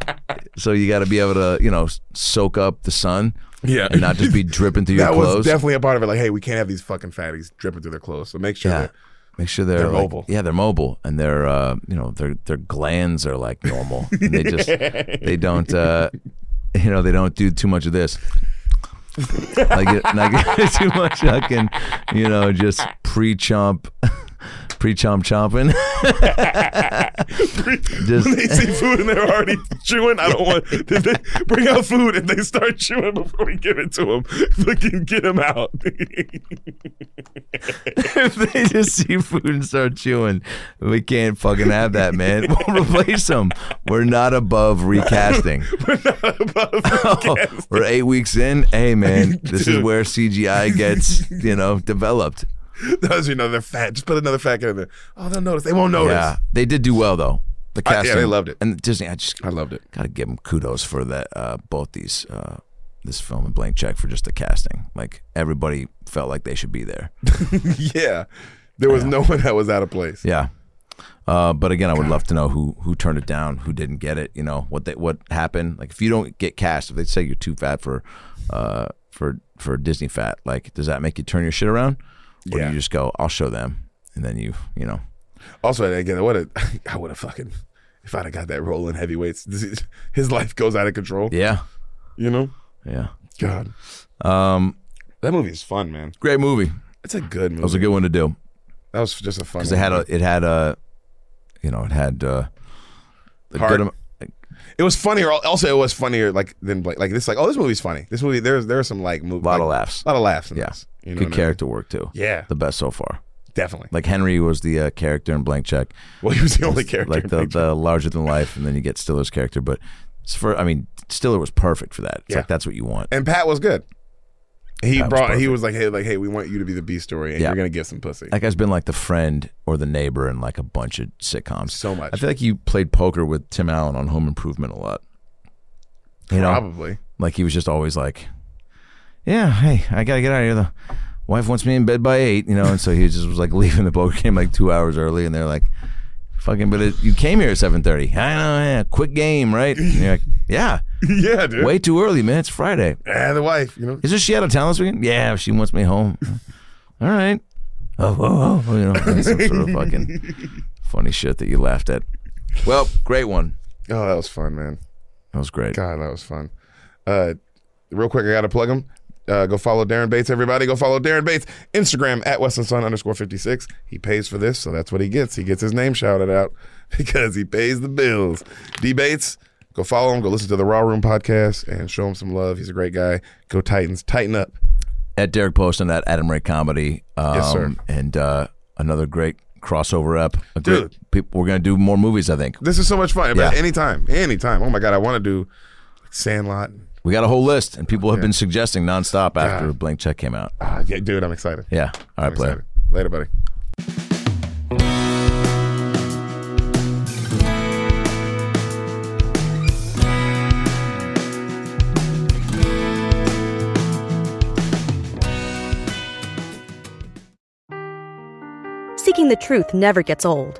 S3: so you got to be able to, you know, soak up the sun.
S4: Yeah.
S3: and not just be dripping through
S4: that
S3: your
S4: was
S3: clothes.
S4: definitely a part of it. Like, hey, we can't have these fucking fatties dripping through their clothes. So make sure
S3: yeah.
S4: that
S3: Make sure they're,
S4: They're
S3: like-
S4: mobile.
S3: Yeah, they're mobile, and they're uh, you know their their glands are like normal. And they just they don't uh, you know they don't do too much of this. like it, like too much fucking you know just pre chomp pre chomp chomping.
S4: they
S3: just
S4: see food and they're already chewing. I don't want. They, they bring out food and they start chewing before we give it to them. Fucking get them out.
S3: if they just see food and start chewing, we can't fucking have that, man. We'll replace them. We're not above recasting. Oh, we're eight weeks in. Hey, man, this is
S4: Dude.
S3: where CGI gets, you know, developed.
S4: Those you know they're fat. Just put another fat guy in there. Oh, they'll notice. They won't notice.
S3: Yeah, they did do well though. The
S4: I- yeah,
S3: casting,
S4: they loved it.
S3: and Disney. I just,
S4: I loved it.
S3: gotta give them kudos for that. Uh, both these, uh, this film and Blank Check for just the casting. Like everybody felt like they should be there.
S4: Yeah. There was no one that was out of place.
S3: Yeah. Uh, but again, I would love to know who who turned it down, who didn't get it. You know what they, what happened. Like if you don't get cast, if they say you're too fat for, uh, for for Disney fat, like does that make you turn your shit around, or do
S4: Yeah.
S3: you just go, I'll show them, and then you you know.
S4: Also, again, what a, I would have fucking if I'd have got that role in heavyweights. this is- His life goes out of control.
S3: Yeah.
S4: You know.
S3: Yeah.
S4: God,
S3: Um,
S4: that movie is fun, man.
S3: great movie.
S4: It's a good movie.
S3: That was a good one to do
S4: That was just a fun.
S3: because it had a
S4: one.
S3: it had a, you know, it had uh, a
S4: Heart.
S3: am-
S4: It was funnier. al- Also, it was funnier like than Blake. Like this, like oh, this movie's funny. This movie, there's there's some like movie,
S3: Lot of
S4: like,
S3: laughs.
S4: a lot of laughs. In
S3: yeah,
S4: this, you know
S3: good
S4: what I mean?
S3: character work too.
S4: Yeah.
S3: the best so far.
S4: definitely.
S3: Like Henry was the uh, character in Blank Check.
S4: well, he was the only character.
S3: like
S4: in
S3: the,
S4: Blake.
S3: the larger than life, and then you get Stiller's character. But it's for, I mean, Stiller was perfect for that. It's
S4: Yeah.
S3: like that's what you want.
S4: and Pat was good. He
S3: Pat was
S4: brought. he
S3: perfect.
S4: was like, hey, like hey, we want you to be the B story, and
S3: Yeah.
S4: you're gonna get some pussy.
S3: That guy's been like the friend or the neighbor in like a bunch of sitcoms.
S4: So much.
S3: I feel like you played poker with Tim Allen on Home Improvement a lot. You know,
S4: Probably.
S3: like he was just always like, "Yeah, hey, I gotta get out of here. The wife wants me in bed by eight, you know." And so he just was like leaving the poker game like two hours early, and they're like, "Fucking, but it, you came here at seven thirty. I know, yeah, quick game, right?" And you're like, "Yeah."
S4: yeah, dude.
S3: Way too early, man. It's Friday.
S4: And the wife, you know.
S3: Isn't she out of town this weekend? Yeah, she wants me home. All right. Oh, oh, oh. You know, that's some sort of fucking funny shit that you laughed at. Well, great one.
S4: Oh, that was fun, man.
S3: That was great.
S4: God, that was fun. Uh, real quick, I gotta plug him. Uh, go follow Darren Bates, everybody. Go follow Darren Bates. Instagram at Westonson underscore fifty six. He pays for this, so that's what he gets. He gets his name shouted out because he pays the bills. D Bates, go follow him. Go listen to the Raw Room podcast and show him some love. He's a great guy. Go Titans, tighten up.
S3: At Derek Post and at Adam Ray Comedy. Um,
S4: Yes, sir.
S3: And uh, another great crossover up. A
S4: Dude.
S3: great- peop- we're gonna do more movies. I think
S4: This is so much fun.
S3: Yeah.
S4: But anytime, anytime. Oh my god, I want to do Sandlot.
S3: we got a whole list, and people have been suggesting nonstop after Blank Check came out.
S4: Ah, yeah, dude, I'm excited.
S3: Yeah, all
S4: I'm
S3: right, player.
S4: excited. Later, buddy.
S7: Seeking the truth never gets old.